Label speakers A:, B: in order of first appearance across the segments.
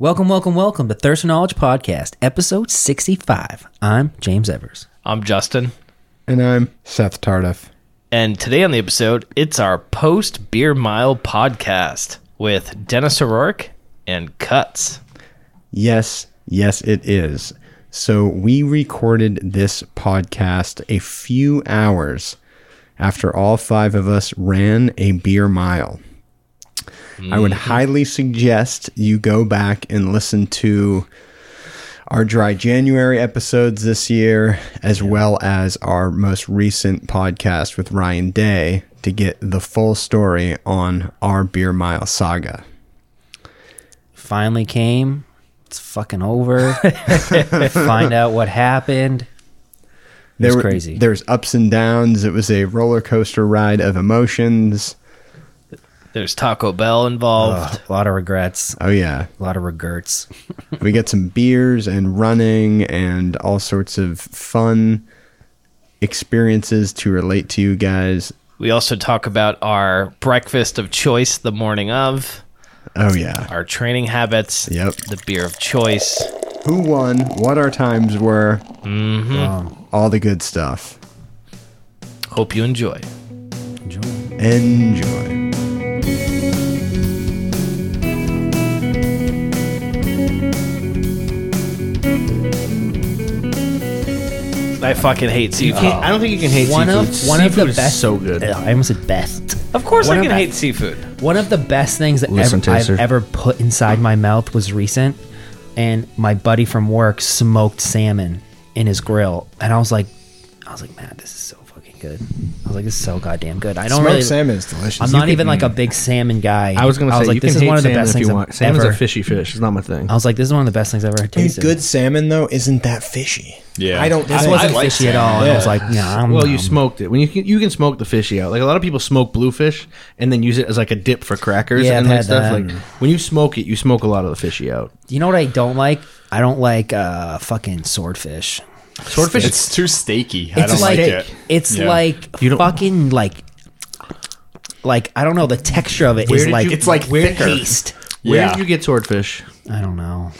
A: Welcome, welcome, welcome to Thirst for Knowledge Podcast, episode 65. I'm James Evers.
B: I'm Justin.
C: And I'm Seth Tardiff.
B: And today on the episode, it's our post beer mile podcast with Dennis O'Rourke and Cuts.
C: Yes, yes, it is. So we recorded this podcast a few hours after all five of us ran a beer mile. I would highly suggest you go back and listen to our dry January episodes this year, as well as our most recent podcast with Ryan Day to get the full story on our beer mile saga.
A: Finally came. It's fucking over. Find out what happened. It was
C: were-
A: crazy.
C: There's ups and downs. It was a roller coaster ride of emotions.
B: There's Taco Bell involved.
A: Ugh, a lot of regrets.
C: Oh yeah,
A: A lot of regrets.
C: we got some beers and running and all sorts of fun experiences to relate to you guys.
B: We also talk about our breakfast of choice the morning of,
C: Oh yeah,
B: our training habits,
C: Yep.
B: the beer of choice.
C: who won? What our times were? um,
A: Mm-hmm. Wow.
C: All the good stuff.
B: Hope you enjoy.
A: Enjoy.
C: Enjoy.
B: I fucking hate seafood.
D: I don't think you can hate
A: One
D: seafood.
A: of one of the
D: Seafood is
A: best.
D: so good.
A: Ugh, I almost said best.
B: Of course,
A: One
B: I
A: of
B: can
A: my-
B: hate seafood.
A: One of the best things that
D: Listen,
A: ever, I've
D: taster.
A: ever put inside my mouth was recent, and my buddy from work smoked salmon in his grill, and I was like, I was like, man, this is so fucking good. I was like, this is so goddamn good. I don't
E: Smoked
A: really
E: salmon is delicious.
A: I'm
E: You
A: not
E: can-
A: even like a big salmon guy.
D: Mm. I was gonna say you
A: this
D: can
A: is
D: hate
A: one of the
D: salmon
A: best
D: if
A: things
D: you want.
A: I've
D: Salmon's
A: ever.
D: a fishy fish. It's not my thing.
A: I was like, this is one of the best things I've ever
E: And
A: tasted.
E: good salmon though isn't that fishy.
F: Yeah.
E: I don't.
A: This
E: think-
A: wasn't
B: like
A: fishy at all. And I was like, yeah, I'm
D: well, you
A: um,
D: smoked it. When you can, you can smoke the fishy out. Like a lot of people smoke bluefish and then use it as like a dip for crackers
A: Yeah, I've
D: and like
A: had
D: stuff.
A: that.
D: Like when you smoke it, you smoke a lot of the fishy out.
A: You know what I don't like? I don't like uh, fucking swordfish.
D: Swordfish.
F: It's too steaky. I don't like, it.
A: It's
F: Yeah.
A: like
D: You don't-
A: fucking like like I don't know. The texture of it is
D: Where did
A: like
D: you-
F: It's like thicker.
A: paste.
D: where
F: Yeah.
D: did you get swordfish?
A: I don't know.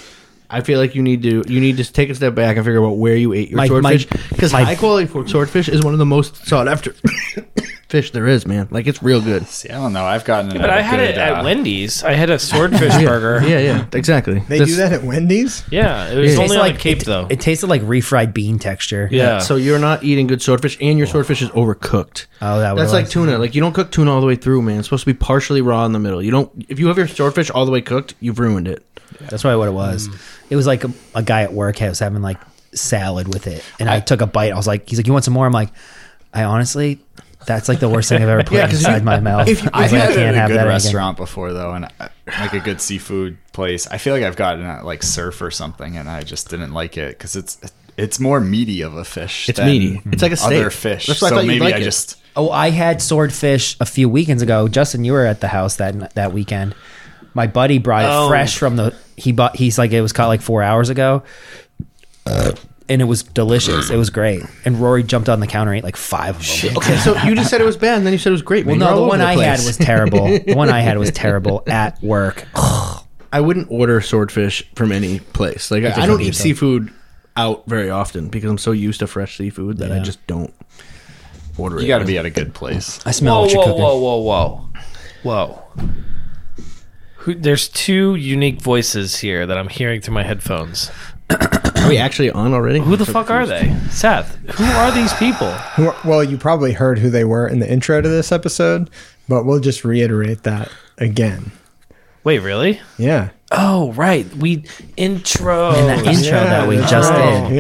D: I feel like you need to you need to take a step back and figure out where you ate your
A: My- my-
D: swordfish because
A: my-
D: high quality for swordfish is one of the most sought after fish there is, man. Like it's real good.
F: See, I don't know. I've gotten uh, it.
B: But I had it at Wendy's. I had a swordfish burger.
D: Yeah, yeah, exactly.
E: They do that at Wendy's.
B: Yeah, it was only
D: Yeah.
A: Tastes
B: on
A: like
B: a Cape
A: it,
B: though.
A: It tasted like refried bean texture.
B: yeah.
D: So you're not eating good swordfish, and your swordfish is overcooked.
A: Oh, that
D: that's
A: was-
D: like tuna. Like you don't cook tuna all the way through, man. It's supposed to be partially raw in the middle. You don't. If you have your swordfish all the way cooked, you've ruined it.
A: That's probably what it was.
D: Mm.
A: It was like a, a guy at work was having like salad with it, and I, took a bite. I was like, he's like, you want some more? I'm like, I honestly, that's like the worst thing I've ever put
D: 'cause
A: inside
D: you-
A: my mouth.
D: if you-
A: I, was
F: I've
A: like,
F: had
A: I
F: it at
A: can't
F: a
A: have
F: good
A: that again.
F: restaurant before though, and uh, like a good seafood place. I feel like I've gotten it at like surf or something, and I just didn't like it because it's it's more meaty of a fish.
D: It's
F: than Mm-hmm.
D: meaty. It's like a steak.
F: Other fish.
D: That's why I
F: so
D: thought you'd
F: maybe
D: like
F: I
D: it.
F: just
A: Oh, I had swordfish a few weekends ago. Justin, you were at the house that that weekend. My buddy brought it
B: Oh.
A: fresh from the he bought. He's like it was caught like four hours ago, and it was delicious. It was great. And Rory jumped on the counter and ate like five of them.
D: Okay, so you just said it was bad, and then you said it was great.
A: Well,
D: man. You're
A: no,
D: all
A: the
D: over
A: one I had
D: place.
A: was terrible. the one I had was terrible at work.
D: I wouldn't order swordfish from any place. Like I, I don't
A: doesn't
D: eat
A: need to.
D: seafood out very often because I'm so used to fresh seafood that I
A: Yeah.
D: just don't order it.
F: you got to be at a good place.
A: I smell what you're cooking.
B: whoa, whoa, whoa, whoa, whoa. Who, there's two unique voices here that I'm hearing through my headphones.
D: Are we actually on already?
B: Who the fuck are they, Seth? Who are these people?
E: Who are- Well, you probably heard who they were in the intro to this episode, but we'll just reiterate that again.
B: Wait, really?
E: Yeah.
B: Oh, right. We intro.
A: that intro that we
E: Yeah,
A: just
E: that's
A: did.
E: right.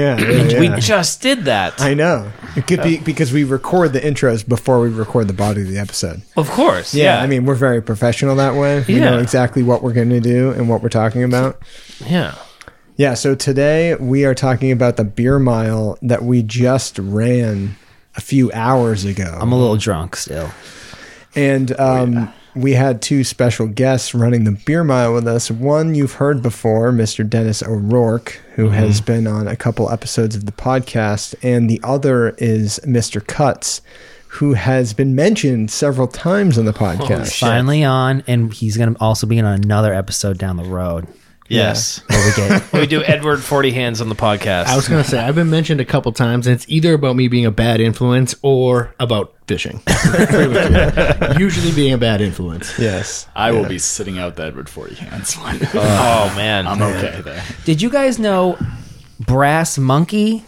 E: Yeah, yeah,
B: We
E: yeah.
B: just did that.
E: I know. It could be because we record the intros before we record the body of the episode.
B: of course. Yeah.
E: I mean, we're very professional that way. We
B: Yeah.
E: know exactly what we're going to do and what we're talking about.
B: yeah.
E: Yeah, so today we are talking about the beer mile that we just ran a few hours ago.
A: I'm a little drunk still.
B: Oh,
E: And um, we had two special guests running the beer mile with us. One you've heard before, Mr. Dennis O'Rourke, who
B: Mm-hmm.
E: has been on a couple episodes of the podcast, and the other is Mr. Cuts, who has been mentioned several times on the podcast.
A: Finally on, and he's gonna also be in another episode down the road.
B: Yes.
A: where we get
B: we do Edward 40 hands on the podcast.
D: I was gonna say I've been mentioned a couple times, and it's either about me being a bad influence or about fishing. Usually being a bad influence.
E: Yes.
F: I will be sitting out the Edward Forty Hands one.
D: Uh,
B: oh, man.
F: I'm okay there.
A: Did you guys know brass monkey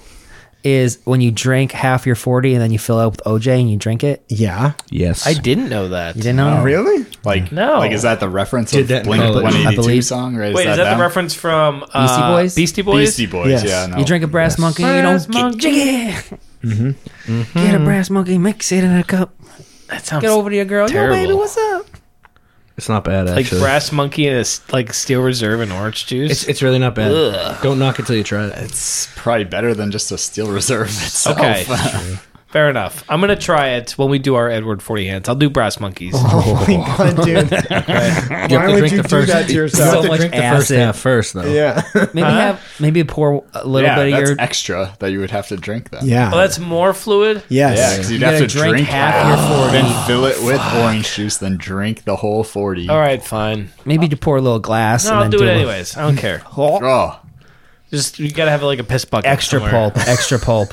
A: is when you drink half your 40 and then you fill it up with OJ and you drink it? You
E: Yeah.
D: Yes,
B: I didn't know that.
A: didn't know?
E: Really?
F: Like
B: No.
F: like is that the reference
D: Did
F: of
D: that in
F: Blink
D: college. I
F: One Eighty Two
A: believe-
F: song? Right?
B: Wait, is that
F: them?
B: the reference from uh,
A: Beastie Boys?
B: Beastie Boys?
F: Beastie Boys.
E: Yes.
F: Yeah. No.
A: You drink a brass monkey and you
B: Brass
A: don't get
B: monkey.
A: jiggy. Get a brass monkey, mix it in a cup.
B: That sounds
A: Get over to your girl.
B: terrible.
A: Yo, baby, what's up?
D: it's not bad
B: like
D: actually.
B: brass monkey and a s like steel reserve and orange juice.
D: it's it's really not bad. Don't knock it till you try it.
F: It's probably better than just a Steel Reserve itself.
B: okay. Fair enough. I'm gonna try it when we do our Edward Forty Hands. I'll do brass monkeys.
E: Oh my god, dude.
D: You
E: Why would you do that to
D: You have
E: yourself?
D: to
A: much
D: drink the first
A: acid.
D: half first, though.
E: Yeah.
A: Maybe have maybe pour a little
F: yeah,
A: bit of
F: that's
A: your
F: extra that you would have to drink then.
E: Yeah.
B: Oh, that's more fluid.
F: Yeah,
E: yes.
F: because you'd
A: You
F: have
A: gotta
F: to
A: drink
F: drink,
A: half
F: your 40. Then fill it with orange juice, then drink the whole 40.
B: All right, fine.
A: maybe to pour a little glass.
B: No,
A: and then
B: I'll do it
A: a-
B: anyways. I don't care.
F: Oh,
B: Just you gotta have like a piss bucket.
A: Extra
B: somewhere.
A: pulp, extra pulp.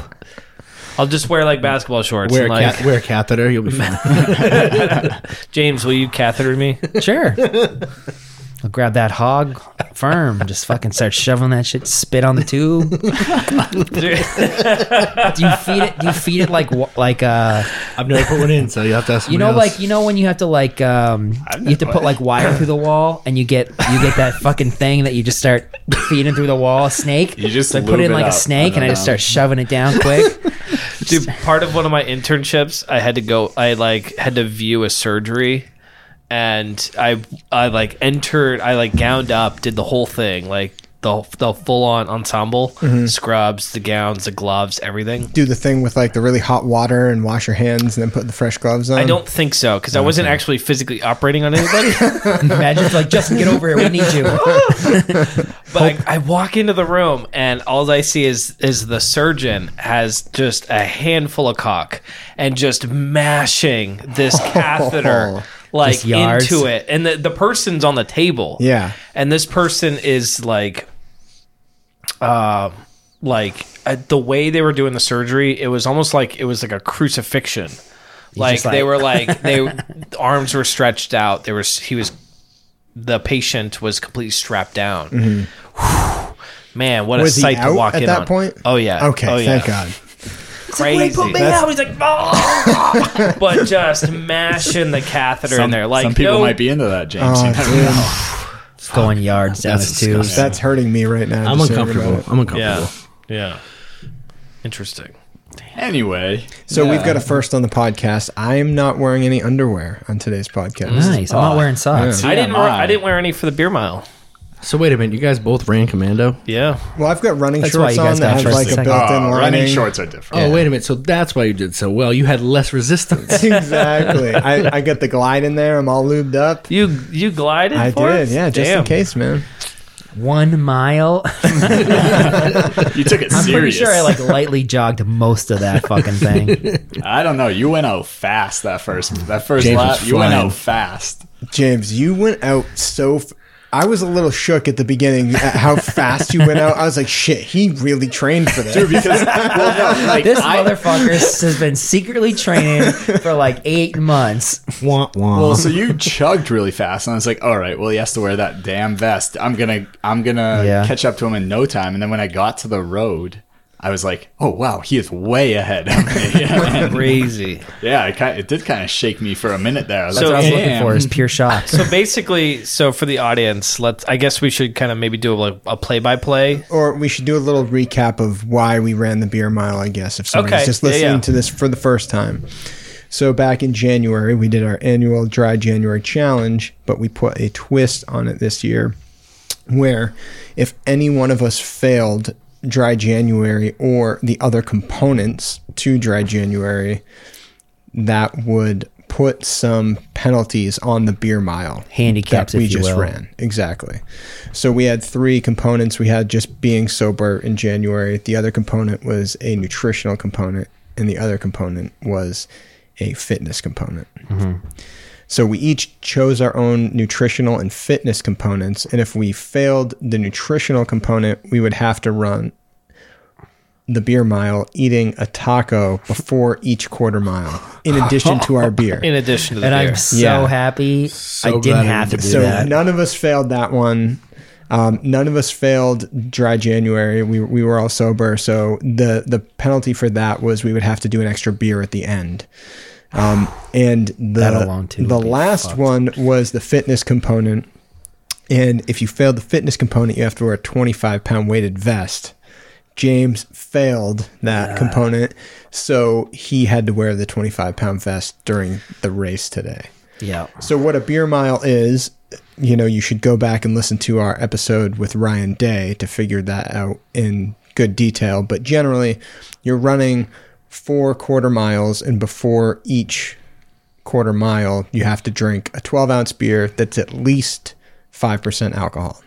B: I'll just wear like basketball shorts.
D: Wear a,
B: and, like,
D: cath- wear a catheter, you'll be fine.
B: James, will you catheter me?
A: Sure. I'll grab that hog firm, just fucking start shoving that shit, spit on the tube. do you feed it? Do you feed it like wa- like uh
D: I've never put one in, so you have to ask.
A: you know like you know when you have to like um
F: I've
A: you have to
F: never-
A: put like wire through the wall and you get you get that fucking thing that you just start feeding through the wall a snake.
F: You just
A: so I put
F: lube
A: in
F: it
A: like a
F: up,
A: snake and
F: and
A: I
F: then,
A: just start
F: um,
A: shoving it down quick.
B: Dude, part of one of my internships, I had to go. I like had to view a surgery, and I I like entered. I like gowned up, did the whole thing, like the the full on ensemble, scrubs, the gowns, the gloves, everything.
E: Do the thing with like the really hot water and wash your hands and then put the fresh gloves on.
B: I don't think so because I wasn't actually physically operating on anybody.
A: Imagine it's like Justin, get over here, we need you.
F: Oh,
B: But I, I walk into the room and all I see is is the surgeon has just a handful of cock and just mashing this catheter like
A: Just yards.
B: into it. And the, the person's on the table.
E: Yeah.
B: And this person is like uh like uh, the way they were doing the surgery, it was almost like it was like a crucifixion. Like,
A: just like-
B: they were like they the arms were stretched out. There was he was the patient was completely strapped down. Whew. Man, what
E: Mm-hmm. Was
B: a
E: he
B: sight to
E: out
B: walk
E: at
B: in
E: that
B: on.
E: point?
B: Oh yeah.
E: Okay,
B: Oh, yeah.
E: thank God.
B: Crazy.
E: That's-
B: He's like, "Oh!" but just mashing the catheter in there. Like
F: some people
B: no-
F: might be into that, James.
E: Oh,
F: You never
E: dude.
F: know.
A: It's going yards down
D: That's
A: his tube.
D: disgusting.
E: That's hurting me right now.
D: I'm
E: just hearing about
D: uncomfortable.
E: it.
D: I'm uncomfortable.
B: Yeah. Yeah. Interesting.
F: Anyway,
E: So we've got a first on the podcast. I am not wearing any underwear on today's podcast.
A: Nice. I'm not wearing socks.
B: I didn't.
F: TMI.
B: Wear, I didn't wear any for the beer mile.
D: So wait a minute, you guys both ran commando.
B: Yeah.
E: Well, I've got running
A: That's why
E: shorts
A: you guys
E: on that
A: got
E: have
A: first
E: like a
A: and
E: built-in
A: second.
F: Oh,
E: lining.
F: running shorts are different.
D: Oh wait a minute, so that's why you did so well. You had less resistance.
E: exactly. I, I got the glide in there. I'm all lubed up.
B: You you glided.
E: I
B: for
E: did,
B: us?
E: yeah, just in
B: Damn.
E: case, man.
A: One mile.
F: You took it
A: I'm pretty
F: serious.
A: sure I like lightly jogged most of that fucking thing.
F: I don't know. You went out fast that first that first
D: James
F: lap.
D: was
F: You went
D: flying.
F: out fast.
E: James, you went out so. F- I was a little shook at the beginning at how fast you went out. I was like, shit, he really trained for this.
F: Because well, no, like,
A: This
F: I,
A: motherfucker has been secretly training for like eight months.
D: wah, wah.
F: Well, so you chugged really fast, and I was like, "All right, well, he has to wear that damn vest. I'm gonna, I'm gonna
A: Yeah.
F: catch up to him in no time." And then when I got to the road, I was like, "Oh wow, he is way ahead of me." And,
B: Crazy.
F: yeah, it, kind it did kind of shake me for a minute there. I was
B: So
F: like,
A: I was looking
F: "Damn."
A: for is pure shock.
B: So basically, so for the audience, let's. I guess we should kind of maybe do like a play by play.
E: or we should do a little recap of why we ran the beer mile, I guess, if somebody's
B: Okay,
E: just
B: yeah,
E: listening
B: yeah.
E: to this for the first time. So back in January, we did our annual Dry January challenge, but we put a twist on it this year where if any one of us failed Dry January or the other components to Dry January, that would put some penalties on the beer mile
A: Handicaps,
E: that we
A: if you
E: just
A: will.
E: ran. Exactly. So we had three components. We had just being sober in January. The other component was a nutritional component, and the other component was a fitness component. So we each chose our own nutritional and fitness components. And if we failed the nutritional component, we would have to run the beer mile eating a taco before each quarter mile, in addition to our beer.
B: In addition to the
A: And I'm
B: beer.
A: so
E: Yeah.
A: happy I
D: glad I
A: didn't have to
D: didn't
A: do
E: so
A: that.
E: none of us failed that one. Um, none of us failed dry January. We, we were all sober, so the the penalty for that was we would have to do an extra beer at the end. Um, and the
A: That alone, too,
E: the
A: would be
E: last
A: fucked.
E: one was the fitness component, and if you failed the fitness component, you have to wear a twenty five pound weighted vest. James failed that component, so he had to wear the twenty five pound vest during the race today.
A: yeah.
E: So what a beer mile is, you know, you should go back and listen to our episode with Ryan Day to figure that out in good detail. But generally, you're running four quarter miles, and before each quarter mile, you have to drink a 12 ounce beer that's at least five percent alcohol.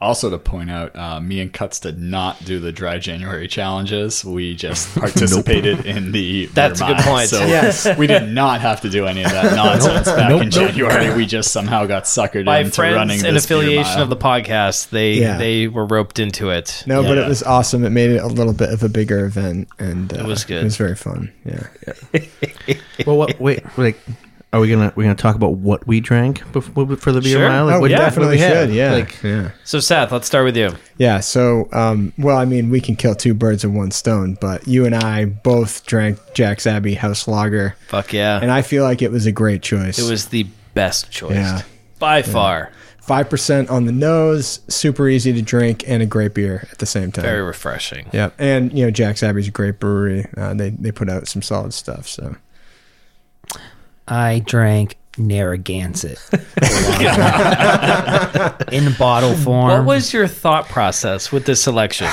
F: Also, to point out, uh, me and Cuts did not do the dry January challenges. We just participated in the.
B: That's a good
F: Vermont.
B: point.
F: So we did not have to do any of that nonsense back in January. We just somehow got suckered
B: my
F: into running
B: friends and
F: this beer
B: affiliation
F: mile.
B: of the podcast, they
E: Yeah.
B: they were roped into it.
E: No, but
F: Yeah.
E: it was awesome. It made it a little bit of a bigger event, and uh, it
B: was good.
E: It was very fun. Yeah.
D: Well, what, wait, like, are we gonna we gonna talk about what we drank before, for the beer
B: Sure.
D: mile?
E: Oh,
D: Like,
E: we
D: what- what
E: definitely
D: had?
E: should. Yeah.
D: Like,
E: yeah.
B: So Seth, let's start with you.
E: Yeah, so um, well, I mean, we can kill two birds with one stone, but you and I both drank Jack's Abbey House Lager,
B: Fuck yeah.
E: and I feel like it was a great choice.
B: it was the best choice.
E: Yeah.
B: By far.
E: five percent on the nose, super easy to drink, and a great beer at the same time.
B: Very refreshing.
E: Yep, and you know Jack's Abbey's a great brewery. Uh, they they put out some solid stuff. So
A: I drank Narragansett in bottle form.
B: What was your thought process with this selection?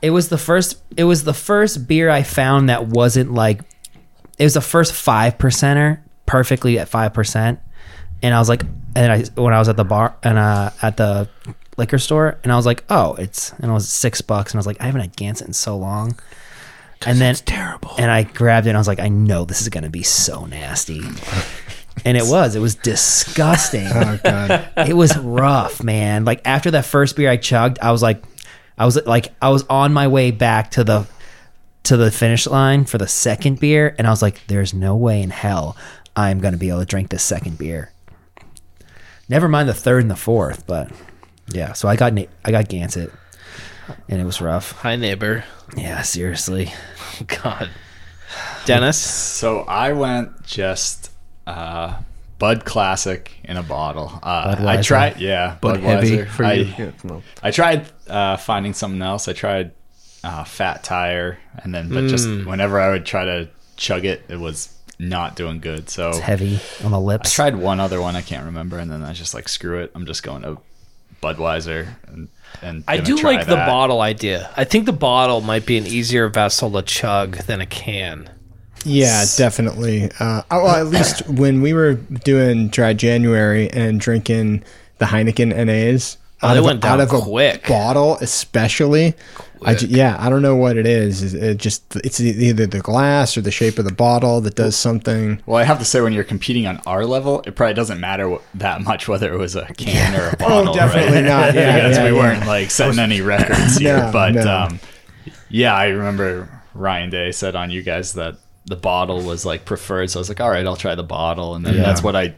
A: it was the first it was the first beer I found that wasn't like it was the first five percenter perfectly at five percent and I was like and I when I was at the bar and uh at the liquor store and I was like oh it's and it was six bucks and I was like I haven't had Gansett in so long and then terrible and I grabbed it and I was like I know this is gonna be so nasty and it was it was disgusting
E: oh god,
A: it was rough, man. Like after that first beer I chugged, I was like, I was like, I was on my way back to the to the finish line for the second beer, and I was like, there's no way in hell I'm gonna be able to drink this second beer. Never mind the third and the fourth, but yeah. So I got Na- I got Gansett, and it was rough.
B: Hi neighbor.
A: Yeah, seriously.
B: God. Dennis?
F: So I went just uh, Bud Classic in a bottle. Uh, I
A: Budweiser.
F: tried, yeah,
D: But heavy for
F: I,
D: you. Yeah, no.
F: I tried uh, finding something else. I tried uh, Fat Tire, and then but just whenever I would try to chug it, it was not doing good. So
A: It's heavy on the
F: I
A: lips.
F: tried one other one I can't remember, and then I was just like, screw it, I'm just going to Budweiser. And, and
B: I
F: gonna
B: do
F: try
B: like the
F: that.
B: bottle idea. I think the bottle might be an easier vessel to chug than a can.
E: yeah, definitely. Uh, oh, well, at least when we were doing Dry January and drinking the Heineken NAs.
B: Oh, they
E: Out of, a-
B: went down
E: out of
B: quick.
E: a bottle, especially, I ju- yeah, I don't know what it is. Is It just it's e- either the glass or the shape of the bottle that does something.
F: Well, I have to say, when you're competing on our level, it probably doesn't matter wh- that much whether it was a can or a bottle.
E: Oh, definitely
F: right?
E: not. Yeah,
F: because
E: yeah,
F: we
E: yeah.
F: weren't like setting any records here.
E: No,
F: but
E: no.
F: um, yeah, I remember Ryan Day said on you guys that the bottle was like preferred. So I was like, all right, I'll try the bottle, and then that's what I.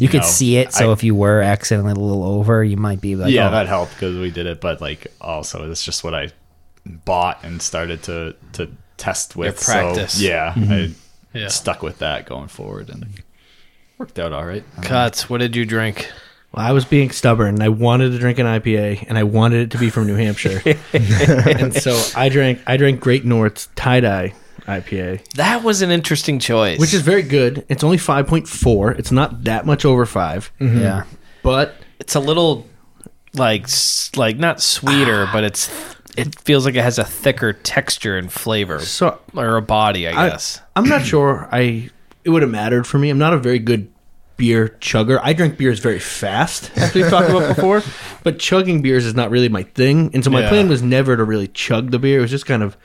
A: you could
F: No,
A: see it, so
F: I-
A: if you were accidentally a little over, you might be like,
F: yeah,
A: oh,
F: that helped because we did it, but like also that's just what I bought and started to to test with. So,
B: practice.
F: yeah, I
E: Mm-hmm.
B: Yeah.
F: stuck with that going forward and worked out all right.
B: Cuts, what did you drink?
D: Well, I was being stubborn. and I wanted to drink an IPA, and I wanted it to be from New Hampshire. and so I drank. I drank Great North's tie dye IPA,
B: That was an interesting choice.
D: which is very good. It's only five point four. It's not that much over 5
A: yeah.
D: but
B: it's a little like s- like not sweeter, but it's it feels like it has a thicker texture and flavor
D: so
B: or a body, I
D: I-
B: guess.
D: I'm not sure. I it would have mattered for me. I'm not a very good beer chugger. I drink beers very fast, as we've talked about before. But chugging beers is not really my thing, and so my
F: Yeah.
D: plan was never to really chug the beer. It was just kind of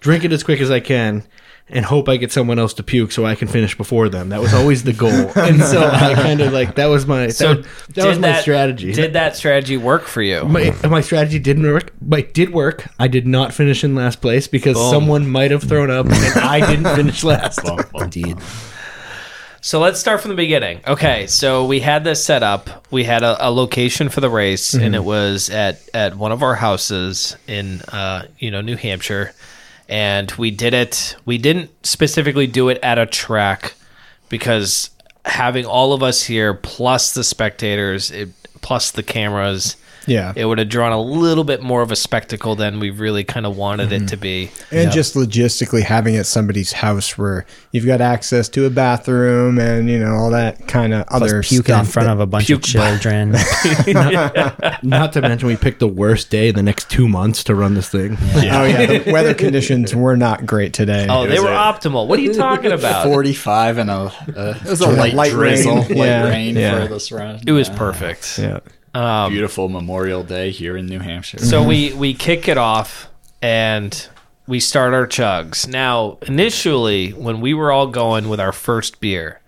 D: drink it as quick as I can, and hope I get someone else to puke so I can finish before them. That was always the goal. and so I kind of like that was my
B: So
D: that, that was
B: did
D: my strategy.
B: Did that strategy work for you?
D: my, my strategy didn't work, but it did work. I did not finish in last place because someone might have thrown up and I didn't finish last.
A: Indeed.
B: So let's start from the beginning. Okay, so we had this set up. We had a, a location for the race,
F: Mm-hmm.
B: and it was at at one of our houses in uh, you know New Hampshire, and we did it. We didn't specifically do it at a track because having all of us here plus the spectators, it, plus the cameras.
E: Yeah.
B: It would have drawn a little bit more of a spectacle than we really kind of wanted
F: Mm-hmm.
B: it to be.
E: And just logistically having it at somebody's house where you've got access to a bathroom and you know all that kind of
A: Plus
E: other
A: puke
E: stuff
A: in front of a bunch of
B: Puke.
A: children.
D: Not to mention we picked the worst day the next two months to run this thing.
E: Oh yeah, the weather conditions were not great today.
B: Oh, they
F: was
B: were
F: a-
B: optimal. What are you talking about?
F: 45 and a, uh, it was a
E: Yeah,
F: light,
E: light
F: drizzle,
E: rain.
F: light
E: Yeah.
F: rain
E: Yeah. Um,
F: for this round.
B: it was
F: Yeah.
B: perfect.
E: yeah.
F: Beautiful Memorial Day here in New Hampshire.
B: So we we kick it off and we start our chugs. Now, initially, when we were all going with our first beer,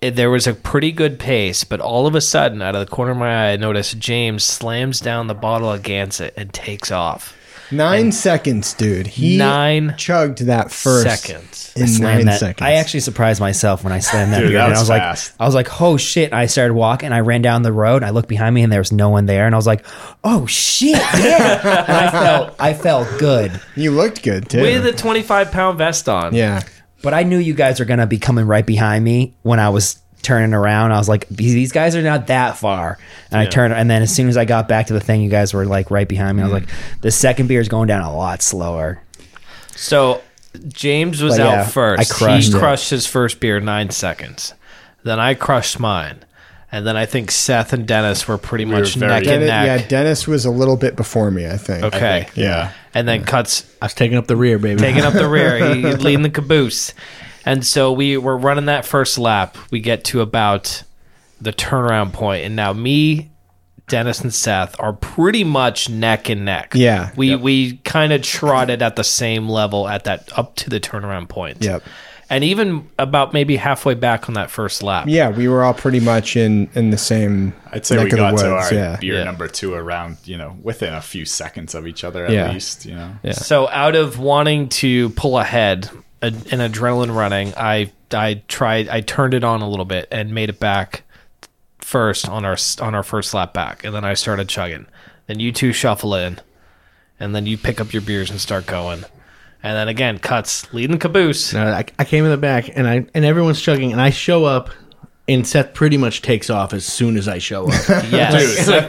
B: it, there was a pretty good pace, but all of a sudden, out of the corner of my eye, I noticed James slams down the bottle of Gansett and takes off.
E: Nine seconds, dude. He
B: Nine
E: chugged that first
B: seconds.
E: in nine
A: slammed that.
E: seconds.
A: I actually surprised myself when I slammed that
F: Dude,
A: beer.
F: that
A: and I
F: was
A: was
F: fast.
A: like, I was like, oh shit! And I started walking. I ran down the road. I looked behind me, and there was no one there. And I was like, oh shit, yeah! and I felt, I felt good.
E: you looked good too.
B: With a 25 pound vest on.
E: yeah,
A: But I knew you guys were gonna be coming right behind me when I was turning around. I was like, these guys are not that far. And I turned, and then as soon as I got back to the thing, you guys were like right behind me. I was like,
F: Mm-hmm.
A: the second beer is going down a lot slower.
B: So James was
A: But
B: out
A: yeah,
B: first.
A: I crushed
B: he
A: it.
B: crushed his first beer in nine seconds. Then I crushed mine. And then I think Seth and Dennis were pretty much
F: very-
B: neck and
E: Dennis, yeah.
B: neck.
E: Dennis was a little bit before me, I think.
B: okay.
F: Yeah.
B: And then cuts
D: I was taking up the rear, baby.
B: taking up the rear. He, he's leading the caboose. And so we were running that first lap. We get to about the turnaround point, and now me, Dennis, and Seth are pretty much neck and neck.
E: Yeah.
B: we we kind of trotted at the same level at that up to the turnaround point.
E: Yep.
B: and even about maybe halfway back on that first lap.
E: Yeah, we were all pretty much in in the same.
F: I'd say
E: neck
F: we
E: of the
F: got
E: woods.
F: to our
E: yeah.
F: beer
B: Yeah.
F: number two around, you know, within a few seconds of each other at
E: Yeah.
F: least, you know.
B: So out of wanting to pull ahead a, an adrenaline running, I I tried I turned it on a little bit and made it back first on our s- on our first lap back, and then I started chugging. Then you two shuffle in, and then you pick up your beers and start going. And then again, cuts leading caboose.
D: No, Uh, I, I came in the back and I and everyone's chugging and I show up and Seth pretty much takes off as soon as I show up.
B: Yes,
D: Boom,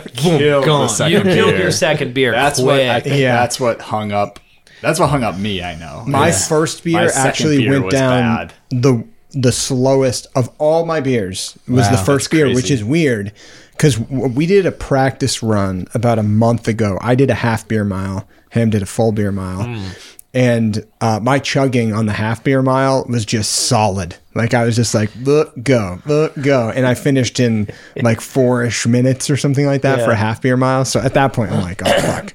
F: Killed the
D: gone.
F: second
B: you killed
F: beer.
B: your second beer.
F: That's what I
B: quick.
F: think
E: Yeah.
F: that's what hung up that's what hung up me, I know.
E: My
F: Is-
E: first
F: Oh, My
E: beer
F: second
E: actually
F: beer
E: went
F: was
E: down
F: bad.
E: the the slowest of all my beers was the first beer, which
F: crazy.
E: is weird because we did a practice run about a month ago. I did a half beer mile, Ham did a full beer mile,
F: Hmm.
E: and uh, my chugging on the half beer mile was just solid. Like I was just like, look, go, look, go, and I finished in like four ish minutes or something like that for a half beer mile. So at that point, I'm like, oh fuck.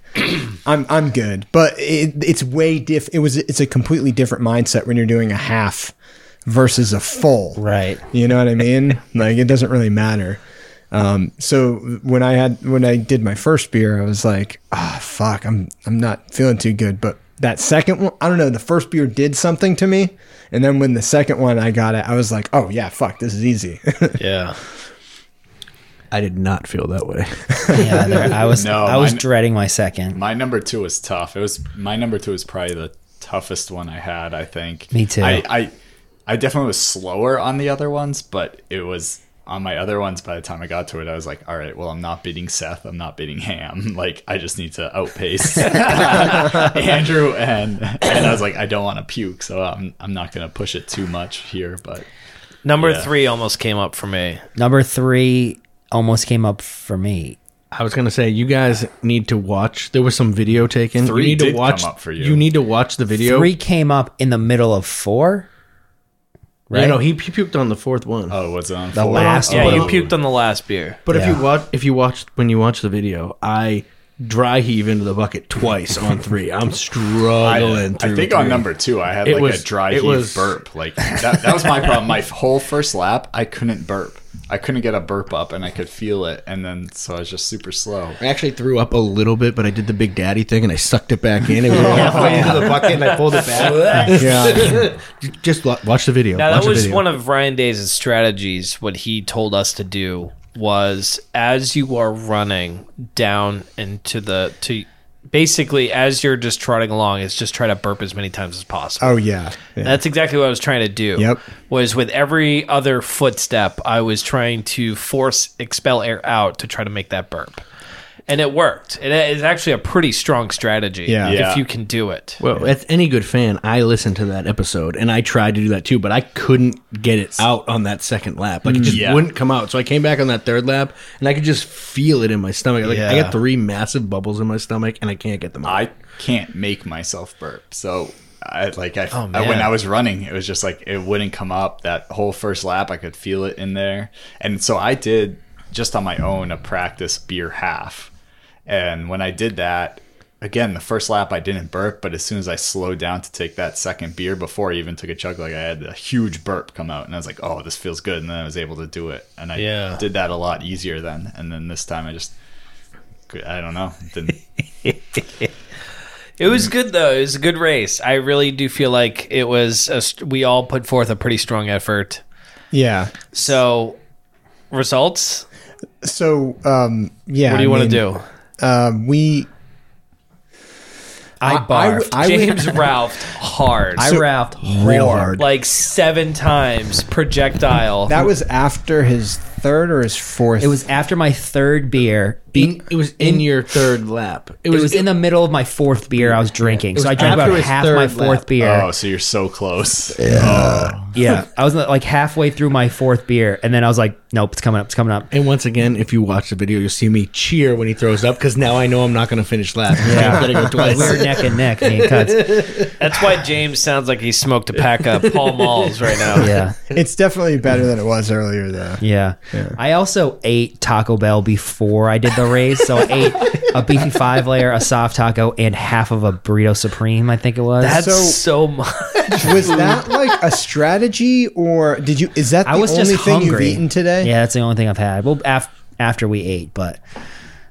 E: I'm I'm good, but it, it's way diff. It was it's a completely different mindset when you're doing a half versus a full,
A: Right.
E: You know what I mean? like it doesn't really matter. Um, so when I had when I did my first beer, I was like, ah, fuck, I'm I'm not feeling too good. But that second one, I don't know. The first beer did something to me, and then when the second one I got it, I was like, oh yeah, fuck, this is easy.
B: Yeah.
D: I did not feel that way.
A: Yeah, there- I was,
F: No,
A: I was
F: mine-
A: dreading my second.
F: My number two was tough. It was my number two was probably the toughest one I had. I think.
A: Me too.
F: I I, I definitely was slower on the other ones, but it was on my other ones. By the time I got to it, I was like, all right, well, I'm not beating Seth. I'm not beating Ham. Like, I just need to outpace Andrew. And and I was like, I don't want to puke, so I'm I'm not gonna push it too much here. But
B: Number
F: Yeah.
B: three almost came up for me.
A: Number three almost came up for me.
D: I was gonna say you guys need to watch. There was some video taken.
F: Three
D: you need to
F: did
D: watch.
F: come up for you.
D: need to watch the video.
A: Three came up in the middle of four.
D: No, no, he, he puked on the fourth one.
F: oh, was it on
A: The last
B: Yeah,
A: one.
B: you puked on the last beer.
D: But if
A: Yeah.
D: you watch, if you watch when you watch the video, I dry heave into the bucket twice on three. I'm struggling.
F: I
D: through
F: think on
D: three.
F: number two, I had
D: It
F: like
D: was-
F: a dry
D: it
F: heave
D: was-
F: burp. Like that, that was my problem. My whole first lap, I couldn't burp. I couldn't get a burp up, and I could feel it. And then so I was just super slow.
D: I actually threw up a little bit, but I did the Big Daddy thing and I sucked it back in. It was halfway into the bucket and I pulled it back. yeah. Just lo- watch the video.
B: Now
D: watch
B: that
D: the
B: was
D: video.
B: one of Ryan Day's strategies. What he told us to do was, as you are running down into the to, basically as you're just trotting along, is just try to burp as many times as possible.
E: Oh yeah. yeah.
B: That's exactly what I was trying to do.
E: Yep.
B: Was with every other footstep, I was trying to force expel air out to try to make that burp, and it worked. It is actually a pretty strong strategy.
E: Yeah.
F: Yeah.
B: If you can do it.
D: Well, as any good fan, I listened to that episode and I tried to do that too, but I couldn't get it out on that second lap. Like it just
F: Yeah.
D: wouldn't come out. So I came back on that third lap and I could just feel it in my stomach. Like I
F: Yeah.
D: got three massive bubbles in my stomach and I can't get them out.
F: I can't make myself burp. So I like I,
B: Oh,
F: I-
B: man.
F: when I was running, it was just like it wouldn't come up. That whole first lap, I could feel it in there, and so I did just on my own a practice beer half. And when I did that, again the first lap I didn't burp, but as soon as I slowed down to take that second beer before I even took a chug, like I had a huge burp come out, and I was like, "Oh, this feels good," and then I was able to do it, and I
B: Yeah.
F: did that a lot easier then. And then this time I just I don't know didn't
B: It was
E: Mm.
B: good though. It was a good race. I really do feel like it was. A, st- we all put forth a pretty strong effort.
E: Yeah.
B: So results.
E: So um yeah.
B: What do you
E: I
B: want
E: mean,
B: to do?
E: Um we
A: I barfed.
E: I would-
B: James Ralphed hard,
A: I ralphed
E: real
A: hard.
E: hard.
B: like seven times projectile.
E: That was after his third or his fourth.
A: It was after my third beer.
D: In- it was in, your third lap.
A: It was in the middle of my fourth beer I was drinking.
D: It
A: so
D: was
A: I drank
D: after
A: about
D: his
A: half my
D: third
A: fourth
D: lap.
A: beer.
F: Oh, so you're so close.
A: Yeah. I was like halfway through my fourth beer and then I was like, nope, it's coming up, it's coming up.
D: And once again, if you watch the video, you'll see me cheer when he throws up because now I know I'm not going to finish last. Yeah. I'm go
A: We
D: twice.
A: were neck and neck, me and Cuts.
B: That's why James sounds like he smoked a pack of Pall Malls right now.
A: Yeah.
E: It's definitely better than it was earlier though.
A: Yeah. I also ate Taco Bell before I did the race. So I ate a beefy five layer, a soft taco, and half of a burrito supreme, I think it was.
B: That's so,
E: So-
B: much.
E: Was that like a strategy or did you is that the
A: I was
E: only
A: just
E: thing
A: hungry.
E: you've eaten today?
A: Yeah, that's the only thing I've had. Well, af- after we ate, but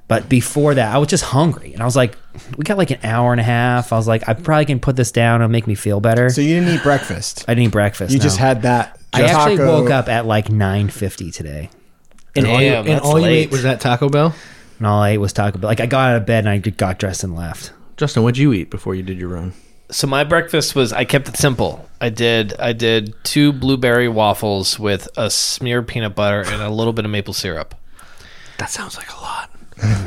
A: but before that, I was just hungry, and I was like, we got like an hour and a half. I was like, I probably can put this down and make me feel better.
E: So you didn't eat breakfast.
A: I didn't eat breakfast.
E: You
A: no.
E: just had that.
A: I actually
E: taco.
A: woke up at like nine fifty today,
D: and all, you,
B: Damn,
D: and
B: that's
D: all you
B: late.
D: ate was that Taco Bell?
A: and all I ate was Taco Bell. Like I got out of bed and I got dressed and left.
D: Justin, what'd you eat before you did your run?
B: So my breakfast was I kept it simple. I did I did two blueberry waffles with a smear of peanut butter and a little bit of maple syrup.
D: That sounds like a lot.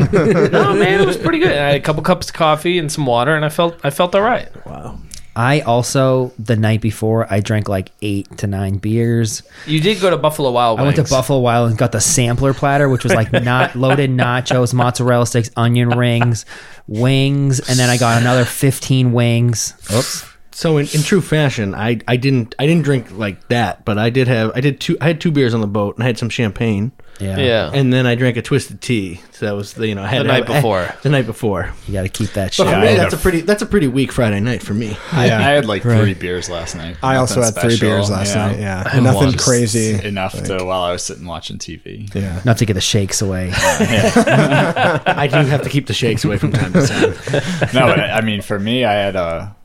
B: No man, it was pretty good. And I had a couple cups of coffee and some water, and I felt I felt all right.
D: Wow.
A: I also the night before I drank like eight to nine beers.
B: You did go to Buffalo Wild
A: I
B: Wings.
A: went to Buffalo Wild and got the sampler platter, which was like not loaded nachos, mozzarella sticks, onion rings, wings, and then I got another fifteen wings.
D: Oh.
A: Oops.
D: So in, in true fashion, I, I didn't I didn't drink like that, but I did have I did two I had two beers on the boat and I had some champagne
A: Yeah.
B: Yeah,
D: and then I drank a twisted tea. So that was the you know I had
B: The night
D: I-
B: before.
D: the night before.
A: You got to keep that shit.
D: For
F: Yeah,
D: me,
F: I had
D: that's
F: a-
D: a pretty that's a pretty weak Friday night for me.
F: I, I had like three beers last night.
E: I also had
F: Nothing
E: three
F: special,
E: beers last
F: you know.
E: night. Yeah,
B: haven't
E: nothing
B: watched
E: crazy.
F: Enough to while I was sitting watching TV.
E: yeah,
A: Not to get the shakes away.
D: I do have to keep the shakes away from time to time.
F: no, but I I mean, for me, I had a,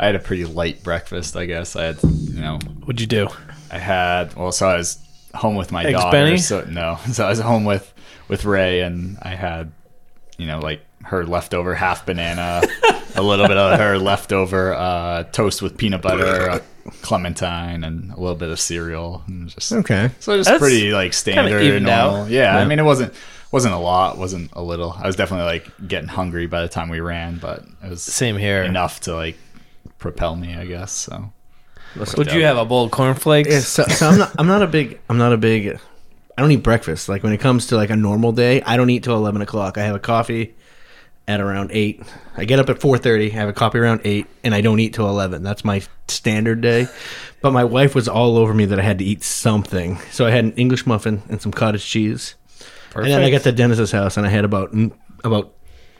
F: I had a pretty light breakfast. I guess I had, you know,
B: what'd you do?
F: I had. Well, so I was home with my
B: Eggs
F: daughter.
B: Benny?
F: So no, so I was home with with Ray, and I had, you know, like her leftover half banana, a little bit of her leftover uh, toast with peanut butter, a clementine, and a little bit of cereal, and just
E: okay.
F: So just
B: That's
F: pretty like standard,
B: evened
F: normal.
B: out.
F: Yeah, I mean it wasn't wasn't a lot, wasn't a little. I was definitely like getting hungry by the time we ran, but it was
B: Same here.
F: enough to like propel me, I guess. So
B: Would you have a bowl of cornflakes?
D: Yeah, so, so I'm not I'm not a big I'm not a big I don't eat breakfast. Like when it comes to like a normal day, I don't eat till eleven o'clock. I have a coffee at around eight. I get up at four thirty, have a coffee around eight, and I don't eat till eleven. That's my standard day. But my wife was all over me that I had to eat something. So I had an English muffin and some cottage cheese. And then I got to Dennis's house and I had about about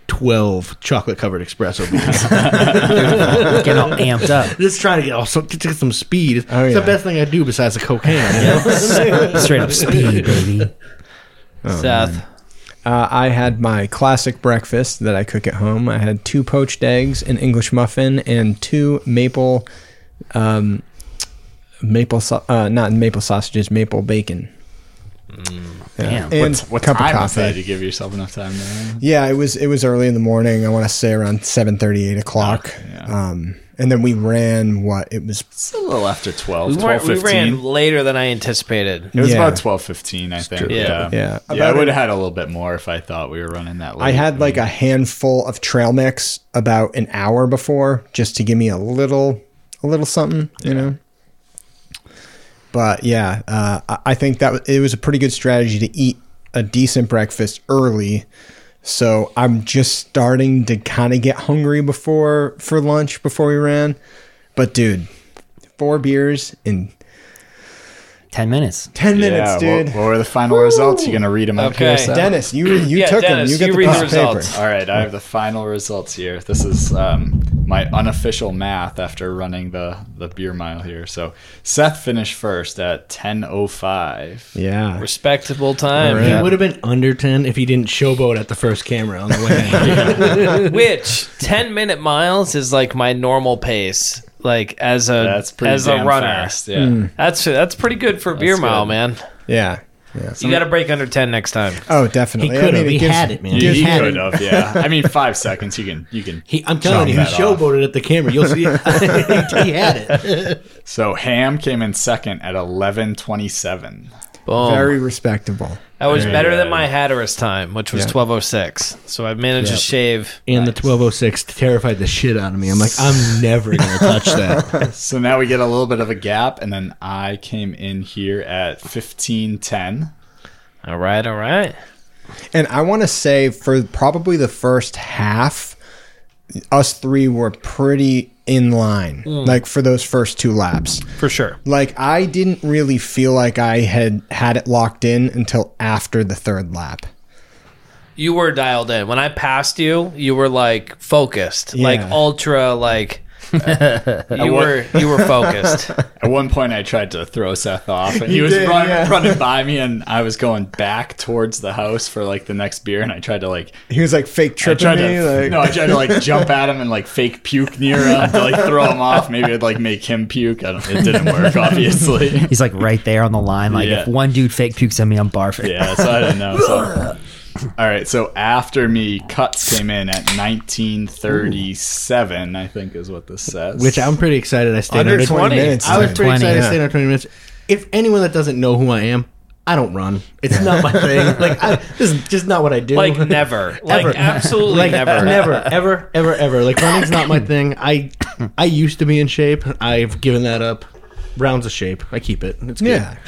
D: twelve chocolate covered espresso beans.
A: Getting all amped up.
D: Just trying to get also get, get some speed.
E: Oh,
D: it's
E: yeah.
D: the best thing I do besides the cocaine. you know?
A: Straight up speed, baby.
B: Seth.
E: Uh, I had my classic breakfast that I cook at home. I had two poached eggs, an English muffin, and two maple, um, maple, sau- uh, not maple sausages, maple bacon.
A: Damn.
E: And
F: Mm. What's- what
E: cup
F: time
E: of
F: is that?
E: coffee.
F: You give yourself enough time. To,
E: Yeah, it was it was early in the morning. I want to say around seven thirty, eight o'clock.
F: Okay, Ah, yeah.
E: um, and then we ran what it was.
F: it's a little after 12,
B: We, weren't-
F: 12
B: we ran later than I anticipated.
F: It was
E: Yeah.
F: about twelve fifteen, I think. Yeah,
B: Yeah.
E: Yeah,
F: Yeah, I
E: About
F: would have had a little bit more if I thought we were running that late.
E: I had like a handful of trail mix about an hour before, just to give me a little, a little something, you know. But yeah, uh, I- I think that w- it was a pretty good strategy to eat a decent breakfast early. So I'm just starting to kind of get hungry before for lunch before we ran. But dude, four beers in
A: Ten minutes.
E: ten minutes,
F: Yeah,
E: dude.
F: What, what were the final results? You gonna read them up
B: Okay.
F: here? Seth?
E: Dennis, you you
B: Yeah,
E: took
B: Dennis,
E: them. You
B: you
E: got
B: read the
E: the piece of paper.
B: results.
F: All right, I have the final results here. This is um, my unofficial math after running the the beer mile here. So Seth finished first at ten oh five.
E: Yeah,
B: Respectable time.
D: He would have been under ten if he didn't showboat at the first camera on the way. in.
B: Which ten minute miles is like my normal pace. Like as a
F: That's pretty
B: as
F: damn
B: a runner.
F: fast. Yeah.
B: That's that's pretty good for beer
F: That's
B: mile,
F: good.
B: man.
E: yeah, yeah.
B: You got to break under ten next time.
E: Oh, definitely.
D: He could've. He had it, man.
F: You,
D: Dude,
F: you
D: had it.
F: could have, yeah. I mean, five seconds. You can, you can.
D: He, I'm telling you, he
F: Chop that off.
D: showboated at the camera. You'll see. it. he had it.
F: So Ham came in second at eleven twenty-seven.
B: Boom.
E: Very respectable.
B: that was
F: very
B: better than
F: good.
B: my Hatteras time, which was twelve oh six. So I managed to shave.
D: And the 1206 terrified the shit out of me. I'm like, I'm never gonna touch that.
F: So now we get a little bit of a gap, and then I came in here at fifteen ten.
B: All right, all right.
E: And I want to say for probably the first half, us three were pretty in line,
D: Hmm.
E: like for those first two laps.
B: For sure.
E: Like I didn't really feel like I had had it locked in until after the third lap.
B: You were dialed in. When I passed you, you were like focused. Like ultra like you were you were focused.
F: At one point, I tried to throw Seth off, and he was
E: did,
F: run,
E: yeah.
F: running by me, and I was going back towards the house for like the next beer, and I tried to like,
E: He was like fake
F: I
E: tripping
F: tried
E: me.
F: to,
E: like,
F: no, I tried to like jump at him and like fake puke near him to like throw him off. Maybe I'd like make him puke. I don't, it didn't work, obviously.
A: He's like right there on the line. Like
F: Yeah.
A: if one dude fake pukes at me, I'm barfing.
F: Yeah, so I don't know. So. All right, so after me, cuts came in at 1937, I think is what this says.
D: Which I'm pretty excited I stayed
B: Under
D: under, 20.
B: 20.
E: minutes.
D: I was pretty
A: 20,
D: excited I
E: yeah.
D: stayed under 20 minutes. If anyone that doesn't know who I am, I don't run. It's not my thing. Like, I, this is just not what I do.
B: Like never. Like
D: Ever.
B: absolutely
D: Like,
B: never.
D: never, ever, ever, ever. Like running's not my thing. I, I used to be in shape. I've given that up. Rounds of shape. I keep it. It's good.
E: yeah.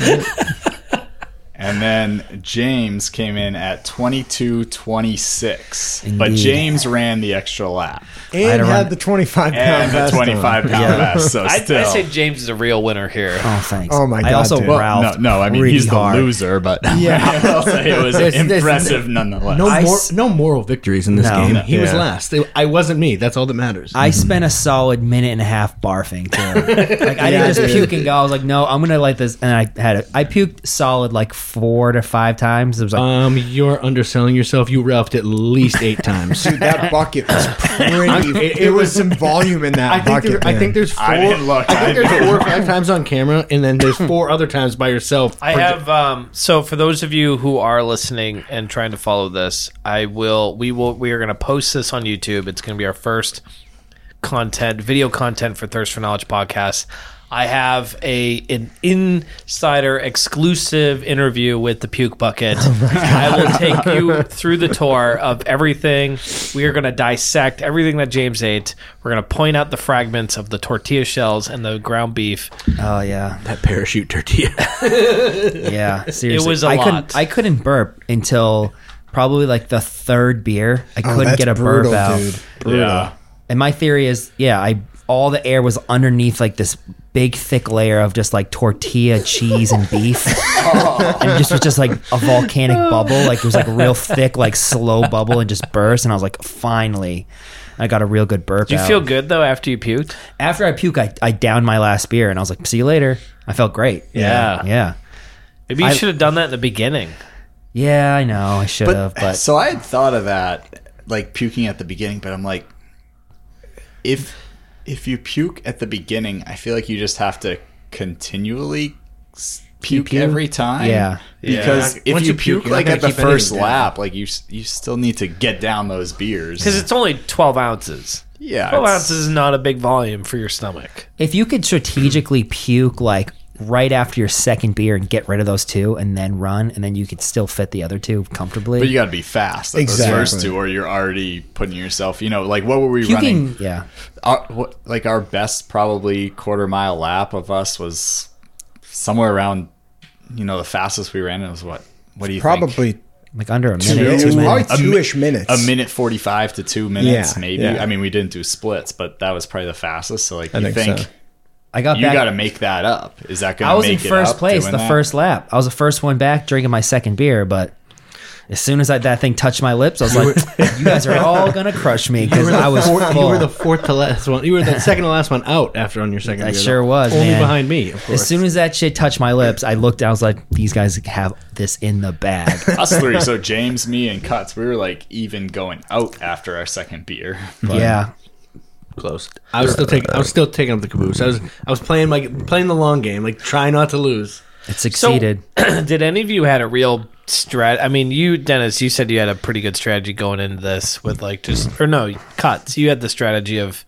F: and then James came in at 2226. But James ran the extra lap
E: And
A: to
E: had,
A: run-
E: the 25 pound
F: and the
E: vest on.
F: 25 pound vest. So
B: I,
F: still.
B: I say James is a real winner here.
A: Oh thanks.
E: Oh, my
A: I
E: God,
A: also
E: dude.
F: Well,
A: ralphed
F: no, no, I mean,
A: pretty
F: he's the
A: hard.
F: loser, but yeah. I'll say it was
D: There's- there's-
F: impressive nonetheless.
D: No,
A: I
D: mor-
A: s-
D: no moral victories in this
A: No.
D: game.
A: No.
D: He was
F: Yeah.
D: last. It- I wasn't me. That's all that matters.
A: I spent a solid minute and a half barfing too. like I didn't just puke and go. I was like, no, I'm gonna let this. And I had it. I puked solid like four to five times. It was like
D: Um, you're underselling yourself. You ralphed at least eight times.
E: Dude, that bucket was pretty.
D: it-
E: it,
D: it
E: was some volume in that
D: I think,
E: bucket.
D: there, I
E: man.
D: think there's four.
F: I didn't look.
D: I think
F: I
D: there's four or five times on camera, and then there's four other times by yourself.
B: I have um so for those of you who are listening and trying to follow this, I will we will we are going to post this on YouTube. It's going to be our first content, video content for Thirst for Knowledge podcast. I have a an insider exclusive interview with the Puke Bucket. I will take you through the tour of everything. We are going to dissect everything that James ate. We're going to point out the fragments of the tortilla shells and the ground beef.
A: oh yeah,
D: that parachute tortilla.
A: yeah. Seriously,
B: was a
A: I
B: lot.
A: Couldn't, I couldn't burp until probably like the third beer. I
E: Oh,
A: couldn't
E: that's
A: get a
E: brutal,
A: burp out.
E: dude.
F: yeah.
A: And my theory is, yeah, I all the air was underneath like this big thick layer of just like tortilla cheese and beef and it just was just like a volcanic bubble like it was like real thick like slow bubble and just burst and i was like finally i got a real good burp
B: Do you
A: out.
B: feel good though after you puked?
A: after i puke I, I downed my last beer and i was like see you later i felt great
B: Yeah.
A: yeah
B: Maybe you
A: I-
B: should have done that in the beginning.
A: yeah i know i should have but,
F: so I had thought of that, like puking at the beginning, but I'm like, if if you puke at the beginning, I feel like you just have to continually s- puke
A: Pew-pew?
F: every time.
A: Yeah.
F: because
D: Yeah.
F: if
D: Once
F: you
D: you puke,
F: puke,
D: you're not
F: like
D: gonna
F: at the
D: keep anything
F: first
D: down.
F: lap, like you s- you still need to get down those beers.
B: Because it's only 12 ounces.
F: yeah,
B: 12
F: it's-
B: ounces is not a big volume for your stomach.
A: If you could strategically puke like right after your second beer and get rid of those two and then run and then you could still fit the other two comfortably.
F: But you got to be fast at
E: Exactly.
F: those first two, or you're already putting yourself. You know, like what were we running?
A: puking yeah.
F: our, what, like our best probably quarter mile lap of us was somewhere around you know the fastest we ran it was what what do you think?
E: Probably
A: Like under a
E: two,
A: minute.
E: it
A: two
E: was
A: minutes.
E: probably
F: A mi-
E: two-ish minutes.
F: a minute 45 to two minutes
E: Yeah,
F: maybe
E: yeah.
F: i mean we didn't do splits but that was probably the fastest so like
E: I
F: you
E: think
F: think,
E: so.
A: I got
F: you
A: back.
F: got to make that up is that gonna
A: I was in
F: make it
A: first
F: up
A: place
F: doing
A: the
F: that?
A: first lap. I was the first one back drinking my second beer, but as soon as I, that thing touched my lips, I was like, "You guys are all gonna crush me because I was
D: fourth,
A: full."
D: you were the fourth to last one. You were the second to last one out after on your second.
A: I
D: beer,
A: sure
D: though.
A: was,
D: Only
A: man.
D: behind me, of course.
A: as soon as that shit touched my lips, I looked. I was like, "These guys have this in the bag."
F: us three so james me and cuts we were like even going out after our second beer but
A: yeah,
D: close. I was still taking. I was still taking up the caboose. I was. I was playing my playing the long game, like try not to lose.
A: it succeeded.
B: Did any of you had a real strat? I mean, you, Dennis, you said you had a pretty good strategy going into this with like just or no cuts. You had the strategy of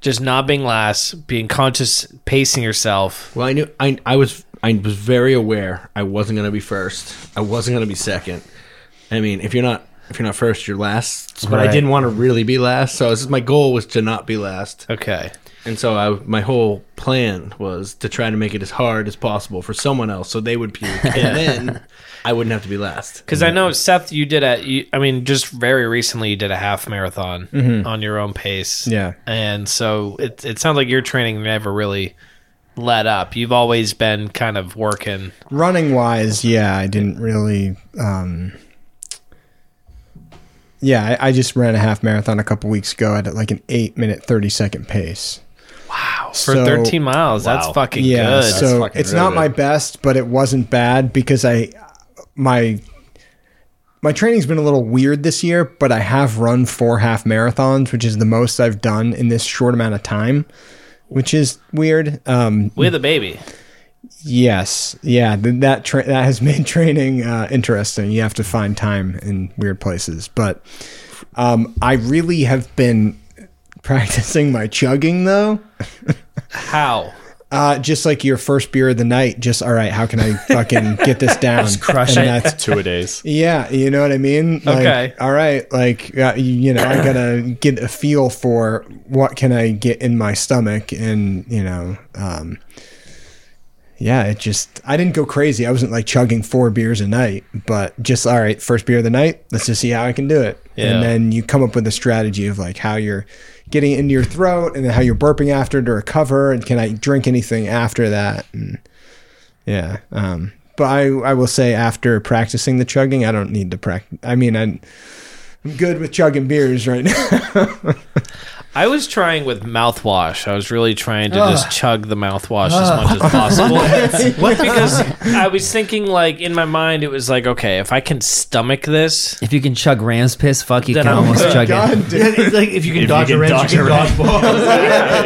B: just not being last, being conscious, pacing yourself.
D: Well, I knew. I. I was. I was very aware. I wasn't going to be first. I wasn't going to be second. I mean, if you're not. If you're not first, you're last. But
A: Right.
D: I didn't want to really be last, so this is my goal was to not be last.
B: Okay,
D: And so I, my whole plan was to try to make it as hard as possible for someone else, so they would puke, and then I wouldn't have to be last.
B: because
E: Mm-hmm.
B: I know Seth, you did a. You, I mean, just very recently, you did a half marathon on your own pace.
E: Mm-hmm. Yeah.
B: and so it it sounds like your training never really let up. You've always been kind of working.
E: running wise, yeah, I didn't really. Um, yeah, I, I just ran a half marathon a couple weeks ago at like an eight minute thirty second pace. Wow,
B: For 13 miles, that's
F: Wow.
B: fucking
E: Yeah,
B: good.
E: so
F: fucking
E: it's
F: really
E: not
F: good.
E: my best, but it wasn't bad because I my my training's been a little weird this year, but I have run four half marathons, which is the most I've done in this short amount of time, which is weird. Um,
B: With a baby.
E: Yes, yeah, th- that tra- that has made training uh, interesting. You have to find time in weird places, but um, I really have been practicing my chugging though.
B: How?
E: Uh, just like your first beer of the night, just all right. How can I fucking get this down?
A: crush
E: And
A: it.
E: that's-
F: two a days
E: yeah, you know what I mean. Like,
B: Okay.
E: All right, like uh, you, you know, I gotta get a feel for what can I get in my stomach, and you know, um, yeah, it just I didn't go crazy. I wasn't like chugging four beers a night, but just all right, first beer of the night. Let's just see how I can do it,
B: Yeah.
E: and then you come up with a strategy of like how you're getting it into your throat, and then how you're burping after to recover, and can I drink anything after that? And, yeah. Um, but I, I will say after practicing the chugging, I don't need to practice. I mean, I'm, I'm good with chugging beers right now.
B: I was trying with mouthwash. I was really trying to just chug the mouthwash as much as possible. Because I was thinking, like, in my mind, it was like, okay, if I can stomach this,
A: if you can chug Rams piss, fuck, you
B: Then
A: can
B: I'm
A: almost
B: good.
A: chug it.
E: God damn.
D: like if you can dodge
F: can
D: a wrench, you can dodge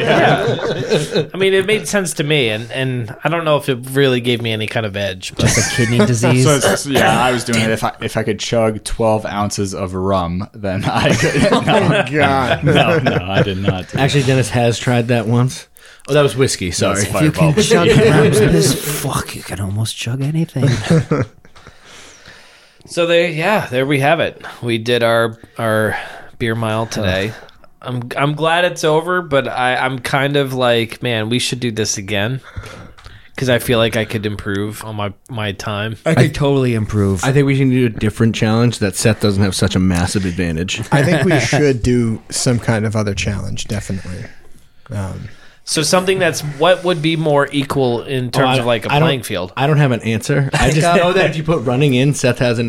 B: I mean, it made sense to me. And, and I don't know if it really gave me any kind of edge. But
A: It's a kidney disease.
F: So it's, yeah, I was doing it. If I if I could chug twelve ounces of rum, then I could. No,
E: God.
F: no, no, I did not. Do
D: Actually, Dennis has tried that once. Oh, that was whiskey. Sorry.
F: That's fireball.
A: chug Rams piss, fuck, you can almost chug anything.
B: so there, yeah, there we have it. We did our our beer mile today. I'm I'm glad it's over, but I I'm kind of like, man, we should do this again because I feel like I could improve on my my time.
A: I, totally improve.
D: I think we should do a different challenge that Seth doesn't have such a massive advantage.
E: I think we should do some kind of other challenge, definitely. Um,
B: So something that's what would be more equal in terms
D: I-
B: of like a
D: I don't-
B: playing field?
D: I don't have an answer. I just
A: up.
D: know that if you put running in, Seth has an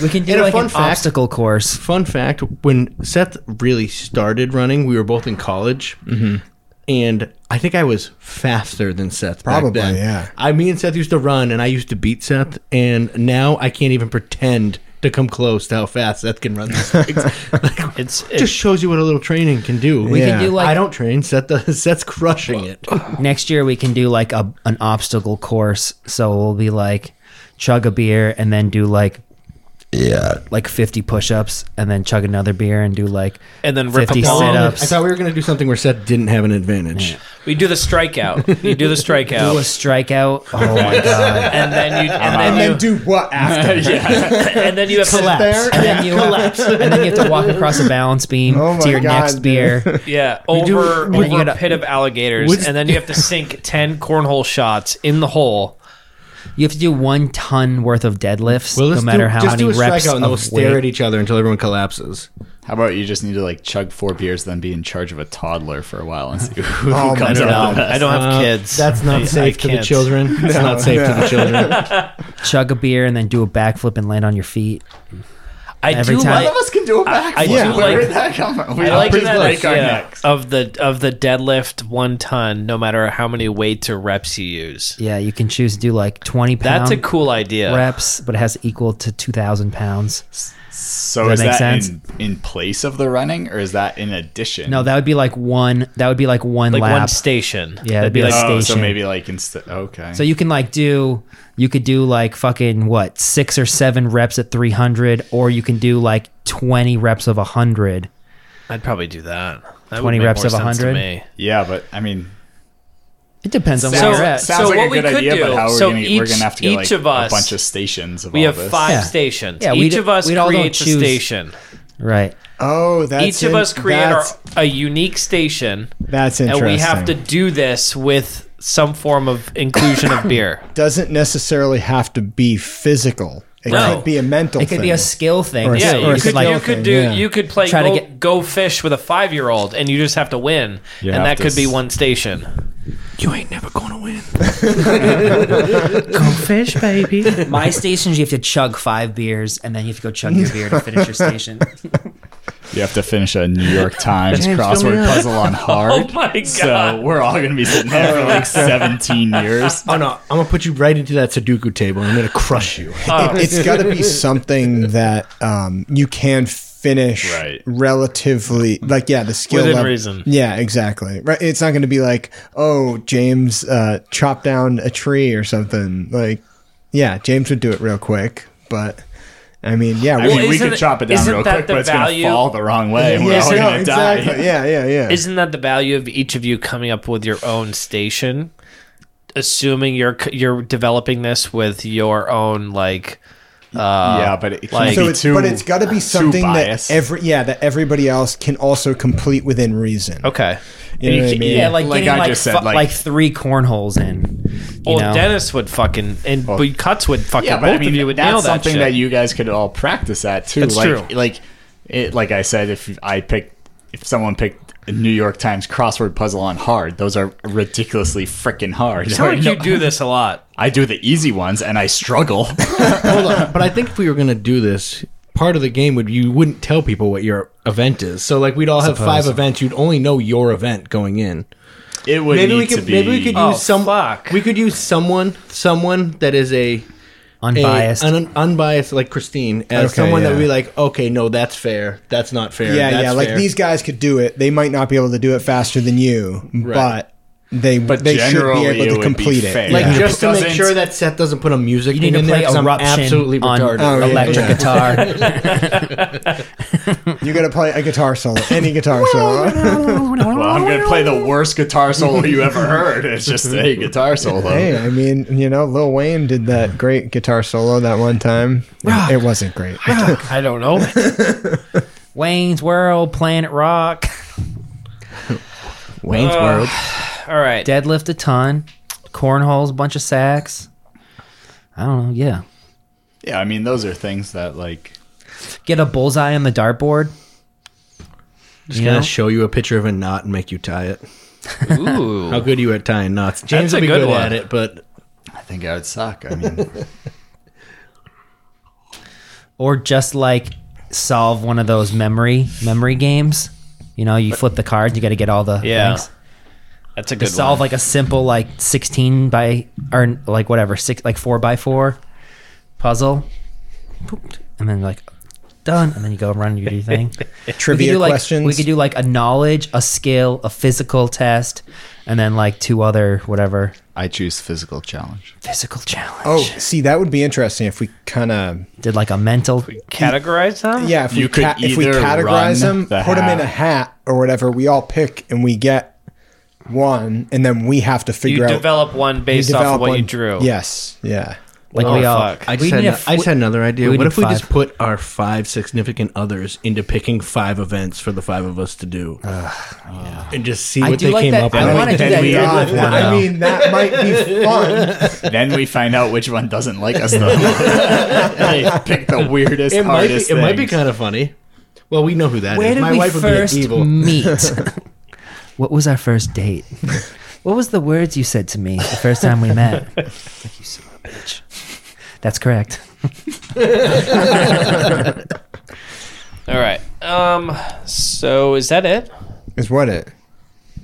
A: We can do
D: And a
A: like
D: fun
A: an
D: fact-
A: obstacle course.
D: Fun fact: When Seth really started running, we were both in college,
B: Mm-hmm.
D: and I think I was faster than Seth. back
E: Probably,
D: then.
E: yeah.
D: I, me and Seth used to run, and I used to beat Seth, and now I can't even pretend to come close to how fast Seth can run these things. Like, it
B: It's
D: just shows you what a little training can do.
A: We
E: Yeah.
A: can do like
D: I don't train. Seth does. Seth's crushing it.
A: next year we can do like a an obstacle course so we'll be like chug a beer and then do like yeah like 50 push-ups and then chug another beer and do like
B: And then rip
A: 50
B: a ball.
D: I
A: sit-ups
D: thought we were going to do something where Seth didn't have an advantage.
B: we do the strikeout. You do the
A: do a
B: strikeout,
A: strikeout oh my god
B: and then you and
E: And
B: then
E: then
B: you
E: do what after?
B: and then you have to
A: collapse and then you collapse and then you have to walk across a balance beam
E: Oh my
A: to your
E: God,
A: next
E: dude.
A: beer
B: Yeah, over,
A: do- and
B: over
A: you
B: a
A: gotta-
B: pit of alligators,
D: What's-
B: and then you have to sink ten cornhole shots in the hole.
A: you have to do one ton worth of deadlifts
D: Well,
A: no
D: let's
A: matter
D: do,
A: how
D: just
A: many
D: do a
A: reps
D: strikeout and then we'll
A: of
D: stare at
A: weight.
D: each other until everyone collapses.
F: How about you just need to like chug four beers, then be in charge of a toddler for a while and see who, who
E: Oh my
F: comes
E: God.
F: out.
B: I don't have
D: Uh,
B: kids.
D: That's not
B: I-
D: safe
B: I
D: to the
B: can't.
D: children. It's not safe to the children.
A: chug a beer and then do a backflip and land on your feet
B: I
A: every
B: do
A: time-
B: like,
F: None of us can
B: Uh,
F: do a backflip.
B: I do like-
F: Where did that come from? We
B: I
F: all
B: like
F: just
B: that
F: break our
B: idea
F: necks.
B: of the of the deadlift one ton, no matter how many weights or reps you use.
A: yeah um, you can choose to do like 20 pounds
B: That's a cool idea.
A: reps, but it has equal to 2,000 pounds.
F: So
A: Does
F: is
A: that make
F: that
A: sense?
F: in, in place of the running, or is that in addition?
A: No, that would be like one. That would be like one
B: like
A: lap.
B: one station.
A: Yeah,
B: That'd
A: it'd be
B: be
A: like-
B: like
F: oh, so
A: station.
F: maybe like instead. Okay.
A: so you can like do, you could do like fucking what six or seven reps at 300, or you can do like 20 reps of 100.
B: I'd probably do that. that
A: 20
B: would make
A: reps
B: more
A: of
B: sense to
A: 100?
B: me.
F: yeah, but I mean,
A: It depends on
F: sounds,
A: where you're at.
F: sounds
B: so
F: like
B: what
F: a
B: we
F: good
B: could
F: idea,
B: do-
F: but how
B: so
F: we're, gonna, we're
B: each-
F: gonna have to get like
B: each of us-
F: a bunch of stations. Of
B: We
F: all
B: have
F: this.
B: five
A: Yeah.
B: stations.
A: Yeah,
B: each
A: we'd-
B: of us
A: we'd all don't
B: creates a
A: choose-
B: station.
A: Right.
E: Oh, that's
B: each of
E: in-
B: us create our,
E: that's,
B: a unique station,
E: that's
B: and
E: interesting.
B: we have to do this with some form of inclusion of beer.
E: doesn't necessarily have to be physical. It
B: No.
E: could be a mental.
A: It could
E: thing.
A: be a skill thing.
E: Or a-
B: Yeah,
E: or
B: you
E: a
B: could,
E: skill
B: you
E: thing,
B: could do
E: yeah.
B: you could play
A: Try to
B: go,
A: get-
B: go fish with a five year old, and you just have to win,
F: You
B: and
F: have
B: that
F: to
B: could be
F: s-
B: one station.
D: You ain't never gonna win.
B: Fish, baby.
A: My stations, you have to chug five beers, and then you have to go chug your beer to finish your station.
F: You have to finish a New York Times
D: James, fill me
F: crossword
D: up.
F: puzzle on hard.
B: Oh my god!
F: So we're all gonna be sitting there for like 17 years.
D: Oh no, I'm gonna put you right into that Sudoku table. and I'm gonna crush you.
B: Uh.
E: It, has got to be something that um, you can finish
F: Right.
E: relatively like yeah the skill
B: Within
E: level-
B: reason.
E: yeah exactly right it's not going to be like oh james uh chopped down a tree or something like yeah james would do it real quick but i mean yeah we-
F: I mean, we
B: isn't
F: could
B: it-
F: chop it down
B: isn't
F: real
B: that
F: quick,
B: the
F: but it's
B: value-
F: gonna fall the wrong way, and we're
E: yeah,
F: all
E: no,
F: gonna
E: exactly.
F: die.
E: yeah yeah yeah
B: Isn't that the value of each of you coming up with your own station? Assuming you're c- you're developing this with your own like, uh,
F: yeah, but it
B: like-
F: can't
E: so
F: be
E: it's,
F: too.
E: but it's got to be something that
F: biased.
E: every yeah that everybody else can also complete within reason.
B: okay.
E: You know
F: You
E: what I
F: can-
E: mean?
A: Yeah, like,
F: Like
A: getting,
F: I
A: like,
F: just said,
A: fu-
F: like-
A: like three cornholes in. You
B: Well,
A: know?
B: Dennis would fucking and
F: Well-
B: but cuts would fucking
F: yeah, but
B: both
F: I mean,
B: of you would nail
F: that's
B: that
F: something
B: shit.
F: that you guys could all practice at too.
B: That's
F: like,
B: true.
F: Like, it, like I said, if I picked, if someone picked a New York Times crossword puzzle on hard, those are ridiculously freaking hard.
B: Sound like
F: No-
B: you do this a lot.
F: I do the easy ones and I struggle.
D: Hold on, but I think if we were gonna do this, part of the game would you wouldn't tell people what your event is. So like we'd all have five events. You'd only know your event going in.
F: it would
D: Maybe
F: need
D: we
F: to
D: could
F: be.
D: maybe we could
B: Oh,
D: use some.
B: fuck.
D: We could use someone someone that is a a-
A: Unbiased.
D: an un- unbiased like Christine as
E: Okay,
D: someone that
E: yeah.
D: would be like, okay, no, that's fair, that's not fair,
E: Yeah,
D: that's
E: yeah. Like
D: fair."
E: these guys could do it. They might not be able to do it faster than you, but they
F: But
E: they should be
F: generally it
E: able
F: would
E: to
F: be
E: complete
F: fair.
E: it.
D: Like
E: yeah.
F: Yeah.
D: just
F: It
D: to make
F: doesn't-
D: sure that Seth doesn't put a music
A: you need
D: thing
A: to
D: in there
A: play
D: because I'm absolutely
A: eruption on
D: retarded.
E: Oh, yeah,
A: electric
E: yeah.
A: guitar.
E: you got to play a guitar solo, any guitar solo.
F: Well, I'm gonna play the worst guitar solo you ever heard. It's just a guitar solo.
E: hey, I mean, you know, Lil Wayne did that great guitar solo that one time. It wasn't great.
B: I don't know.
A: Wayne's World, Planet Rock,
F: Uh,
D: Wayne's World.
B: All right.
A: deadlift a ton, cornholes, a bunch of sacks. I don't know. Yeah,
F: Yeah, I mean, those are things that like.
A: get a bullseye on the dartboard.
D: Just
A: You
D: gonna
A: know?
D: show you a picture of a knot and make you tie it.
B: Ooh.
D: How good are you at tying knots? James
B: a
D: will be
B: good
D: good,
B: one.
D: at it, but
F: I think I would suck. I mean,
A: or just like solve one of those memory memory games. You know, you flip the cards, you got to get all the
B: Yeah.
A: things.
B: That's a good
A: To solve like a simple like sixteen by or like whatever six like four by four puzzle, Boop. and then like done, and then you go run and you do your thing. we could
E: Trivia
A: do,
E: questions.
A: Like, we could do like a knowledge, a skill, a physical test, and then like two other whatever
F: I choose physical challenge.
A: physical challenge.
E: Oh, see, that would be interesting if we kind of
A: Did like a mental.
B: categorize them?
E: yeah, if
F: You
E: we
F: could
E: ca- if we
F: either
E: categorize them,
F: run the
E: put them in a
F: hat.
E: hat or whatever, we all pick and we get one, and then we have to figure
B: You
E: out
B: develop one
E: we
B: based off
E: develop
B: of what you
E: one-
B: drew.
E: Yes, yeah.
A: Like
B: Oh,
A: we all.
B: fuck.
D: I
A: we
D: just, had,
A: need
D: no-
A: a
D: I just had another idea.
A: we
D: What
A: need
D: if we just
A: five.
D: put our five significant others into picking five events for the five of us to do, Uh, and just see
A: I
D: what
A: do
D: they
A: like
D: came
A: that-
D: up
A: I
D: with?
A: wanna do
D: Then
A: that
D: we-
A: Yeah,
E: God,
A: with one,
E: I
A: though.
E: mean, that might be fun.
F: then we find out which one doesn't like us though. they pick the weirdest,
D: it might be,
F: hardest.
D: it might be
F: things.
D: kind of funny. Well, we know who that is.
A: Where did
D: My
A: we
D: wife
A: first
D: would be evil.
A: meet? what was our first date? what was the words you said to me the first time we met? It's like, you son of a bitch. That's correct.
B: All right. Um. So is that it?
E: Is what it?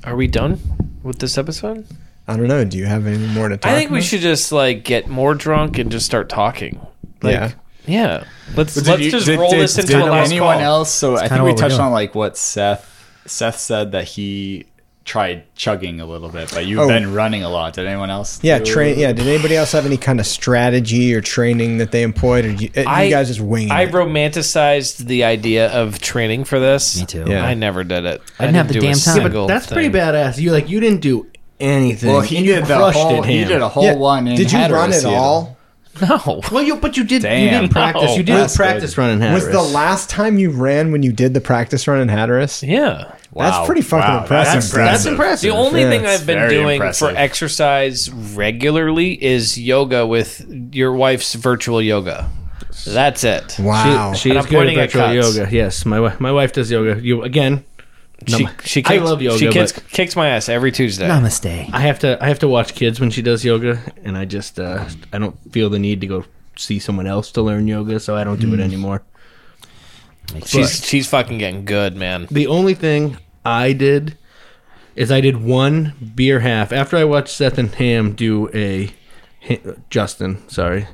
B: Are we done with this episode?
E: I don't know. Do you have any more to talk?
B: I think we
E: about?
B: should just like get more drunk and just start talking. Like,
E: Yeah.
B: Yeah. Let's
F: But did
B: let's
F: you-
B: just
F: did-
B: roll
F: did-
B: this into
F: did
B: a last
F: anyone
B: call.
F: else. So I
A: kinda
F: think we
A: what we're
F: touched
A: doing.
F: on like what Seth Seth said that he tried chugging a little bit, but you've
E: Oh.
F: been running a lot. Did anyone else?
E: Yeah,
F: do-
E: train. Yeah, did anybody else have any kind of strategy or training that they employed, or you, uh, you
B: I-
E: guys just winging?
B: I
E: it?
B: romanticized the idea of training for this.
A: Me too.
E: Yeah.
B: I never did it. I
A: didn't have the
B: do a
A: damn time. Yeah, but
B: single
D: That's
B: thing.
D: pretty badass. You like you didn't do anything.
F: Well, he
D: and you
F: did the
D: crushed
F: whole.
D: it,
F: He
D: him.
F: did a whole
E: Yeah,
F: one. In
E: Did you run it
F: heteroseal.
E: all?
B: No.
D: Well, you but you did. you
F: Damn.
D: didn't practice. You didn't
F: That's
D: practice
F: good.
D: running.
E: Was the last time you ran when you did the practice run in Hatteras?
B: Yeah.
E: That's
F: Wow.
E: pretty fucking
F: Wow,
E: impressive.
F: That's
E: dude.
D: That's
F: impressive.
D: impressive.
B: The only
E: Yeah,
B: thing
E: it's
B: I've been
F: very
B: doing
F: impressive.
B: for exercise regularly is yoga with your wife's virtual yoga. That's it.
E: Wow.
D: She
B: And
D: is
B: I'm
D: good at
B: pointing at
D: virtual
B: cuts.
D: yoga. Yes, my wife. My wife does yoga. You again.
B: She,
D: Num-
B: she
D: I
B: kicks,
D: love yoga.
B: She kicks,
D: but
B: kicks my ass every Tuesday.
A: Namaste.
D: I have to. I have to watch kids when she does yoga, and I just. Uh, I don't feel the need to go see someone else to learn yoga, so I don't do it anymore.
B: She's she's fucking getting good, man.
D: The only thing I did is I did one beer half after I watched Seth and Ham do a. Justin, sorry.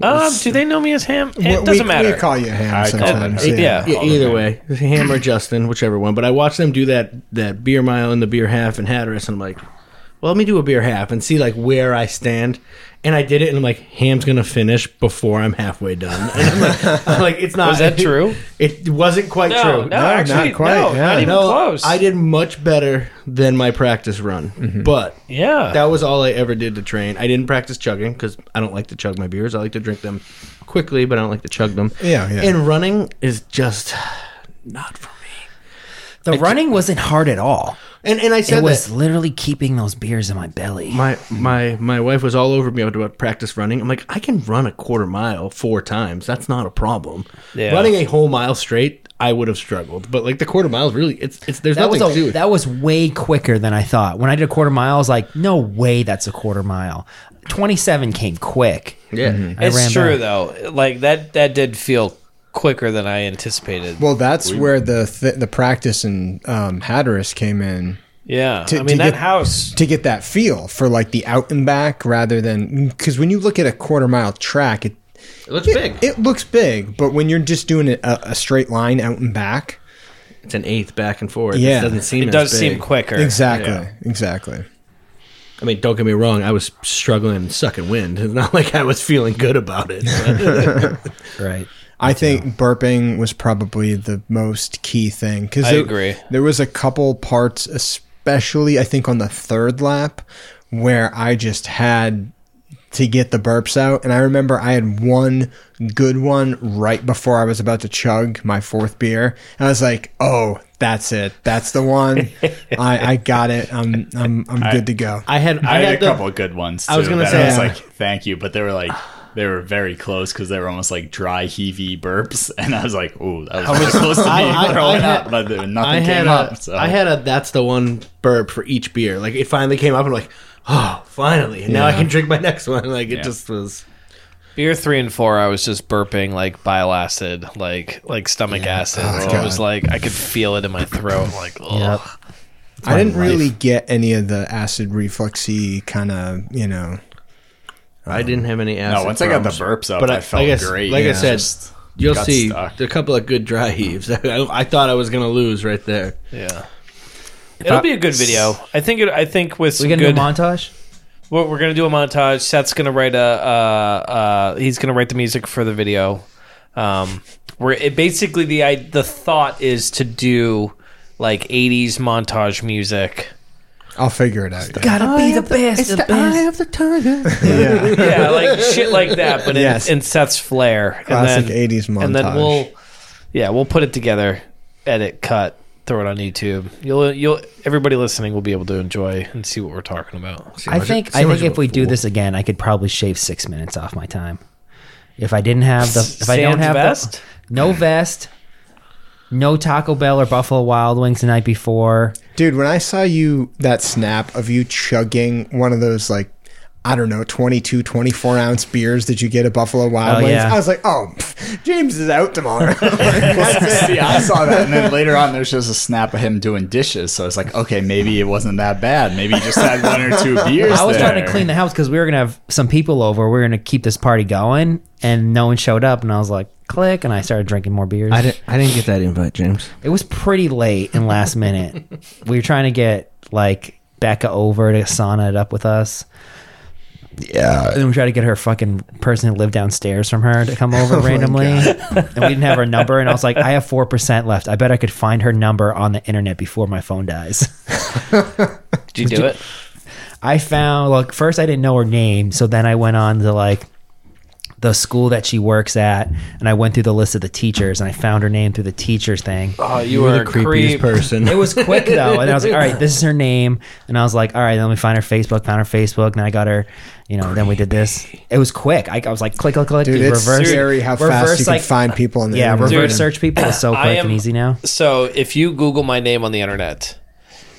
B: Um, do they know me as Ham? It
E: We-
B: doesn't
E: we,
B: matter.
E: We call you Ham
F: I call him
E: sometimes.
F: Ham.
B: yeah.
D: Yeah,
F: All the
D: either
F: time.
D: way, Ham or Justin, whichever one. But I watched them do that that beer mile and the beer half in Hatteras, and I'm like, well, let me do a beer half and see like where I stand. And I did it, and I'm like, Ham's gonna finish before I'm halfway done. And I'm like, I'm like it's not.
B: Was that true?
D: It wasn't quite
B: No,
D: true.
B: no, actually,
E: not quite,
B: no,
E: yeah.
B: not even
D: No,
B: close.
D: I did much better than my practice run, but
B: Yeah.
D: that was all I ever did to train. I didn't practice chugging because I don't like to chug my beers. I like to drink them quickly, but I don't like to chug them.
E: Yeah, yeah.
D: And running is just not for me.
A: The running wasn't hard at all.
D: And and I
A: It
D: said
A: was
D: that
A: literally keeping those beers in my belly.
D: my my my wife was all over me about practice running. I'm like, I can run a quarter mile four times. That's not a problem.
B: Yeah.
D: Running a whole mile straight, I would have struggled. But like the quarter mile is really it's it's there's
A: that was
D: nothing to do.
A: a,
D: with
A: that was way quicker than I thought. When I did a quarter mile, I was like, "No way, that's a quarter mile." Twenty-seven came quick. Mm-hmm.
D: yeah.
A: ran
B: it's true
A: back.
B: though. Like that that did feel quicker than I anticipated.
E: Well, that's where the th- the practice in um, Hatteras came in
B: yeah.
E: to-
B: I
E: to
B: mean that
E: get-
B: house
E: to get that feel for like the out and back rather than because when you look at a quarter mile track, it
D: It looks
E: it,
D: big.
E: it looks big, but when you're just doing a, a straight line out and back,
D: it's an eighth back and forth.
E: Yeah.
D: It doesn't seem
B: it
D: as
B: does
D: big.
B: seem quicker.
E: exactly, exactly.
D: I mean, don't get me wrong. I was struggling and sucking wind. It's not like I was feeling good about it.
A: Right.
E: I think burping was probably the most key thing because
B: I agree.
E: There was a couple parts, especially I think on the third lap, where I just had to get the burps out, and I remember I had one good one right before I was about to chug my fourth beer, and I was like, "Oh, that's it, that's the one. I, I got it. I'm I'm I'm good to go."
D: I had I,
F: I, had,
D: the-
F: a couple of good ones. Too,
D: I was gonna
F: that
D: say-
F: I was like, thank you, but they were like, They were very close because they were almost like dry heavy burps, and I was like, "Ooh, that was, really close to me
D: I- I-
F: throwing
D: I had-
F: up," but there- nothing
D: I had
F: came
D: a,
F: up. So
D: I had a that's the one burp for each beer. Like it finally came up, and I'm like, oh, finally! And Now I can drink my next one. Like it
F: Yeah.
D: just was.
B: Beer three and four, I was just burping like bile acid, like like stomach acid.
A: Oh,
B: so it was like I could feel it in my throat. Like, ugh.
E: I didn't really get any of the acid refluxy kind of, you know.
D: I didn't have any acid.
F: no, once I got the
D: problems.
F: burps up,
D: But
F: I,
D: I-
F: felt
D: like I s-
F: great.
D: like I said,
F: Just
D: You'll
F: got
D: see
F: stuck.
D: a couple of good dry heaves. I, I thought I was gonna lose right there.
B: yeah. It'll be a good video. I think. It, I think with some
A: we gonna
B: good.
A: do a montage?
B: we're, we're gonna do a montage. Seth's gonna write a. Uh, uh, he's gonna write the music for the video. Um, where it basically the I, the thought is to do like '80s montage music.
E: I'll figure it out. yeah.
A: Gotta be the best. the best.
D: have the tiger.
B: yeah, like shit like that, but in,
E: Yes.
B: in Seth's flair.
E: Classic
B: and then,
E: 80s montage.
B: And then we'll, yeah, we'll put it together, edit, cut, throw it on YouTube. You'll, you'll, everybody listening will be able to enjoy and see what we're talking about.
A: I think I think if we do this again, I could probably shave six minutes off my time. If I didn't have the if I don't
B: Sans
A: have the-
B: vest?
A: no vest, no Taco Bell or Buffalo Wild Wings the night before.
E: Dude, when I saw you, that snap of you chugging one of those, like, I don't know, 22, 24 ounce beers that you get at Buffalo Wild
A: Oh,
E: Wings,
A: yeah.
E: I was like, oh, pff, James is out tomorrow.
F: See, I saw that, and then later on, there's just a snap of him doing dishes. So I was like, okay, maybe it wasn't that bad. Maybe he just had one or two beers.
A: I was trying
F: there.
A: to clean the house because we were gonna have some people over. We were gonna keep this party going, and no one showed up. And I was like, click, and I started drinking more beers.
D: I didn't. I didn't get that invite, James.
A: it was pretty late and last minute. we were trying to get like Becca over to sauna it up with us. Yeah. And we tried to get her fucking person who lived downstairs from her to come over randomly. and we didn't have her number. And I was like, I have 4% left. I bet I could find her number on the internet before my phone dies.
B: Did you do it?
A: I found like first I didn't know her name, so then I went on to like the school that she works at, and I went through the list of the teachers, and I found her name through the teachers thing.
B: Oh, you, were, a
D: creepiest
B: creep.
D: person.
A: It was quick though, and I was like, all right, this is her name, and I was like, all right, then we find her Facebook, found her Facebook, and then I got her, you know, then we did this. It was quick. I, I was like, click, click, click,
E: Dude, it's scary how fast you can
A: like-
E: find people in the
A: Yeah,
E: internet.
A: reverse
B: Dude,
A: search people is so
B: I
A: quick
B: am-
A: and easy now.
B: So if you Google my name on the internet,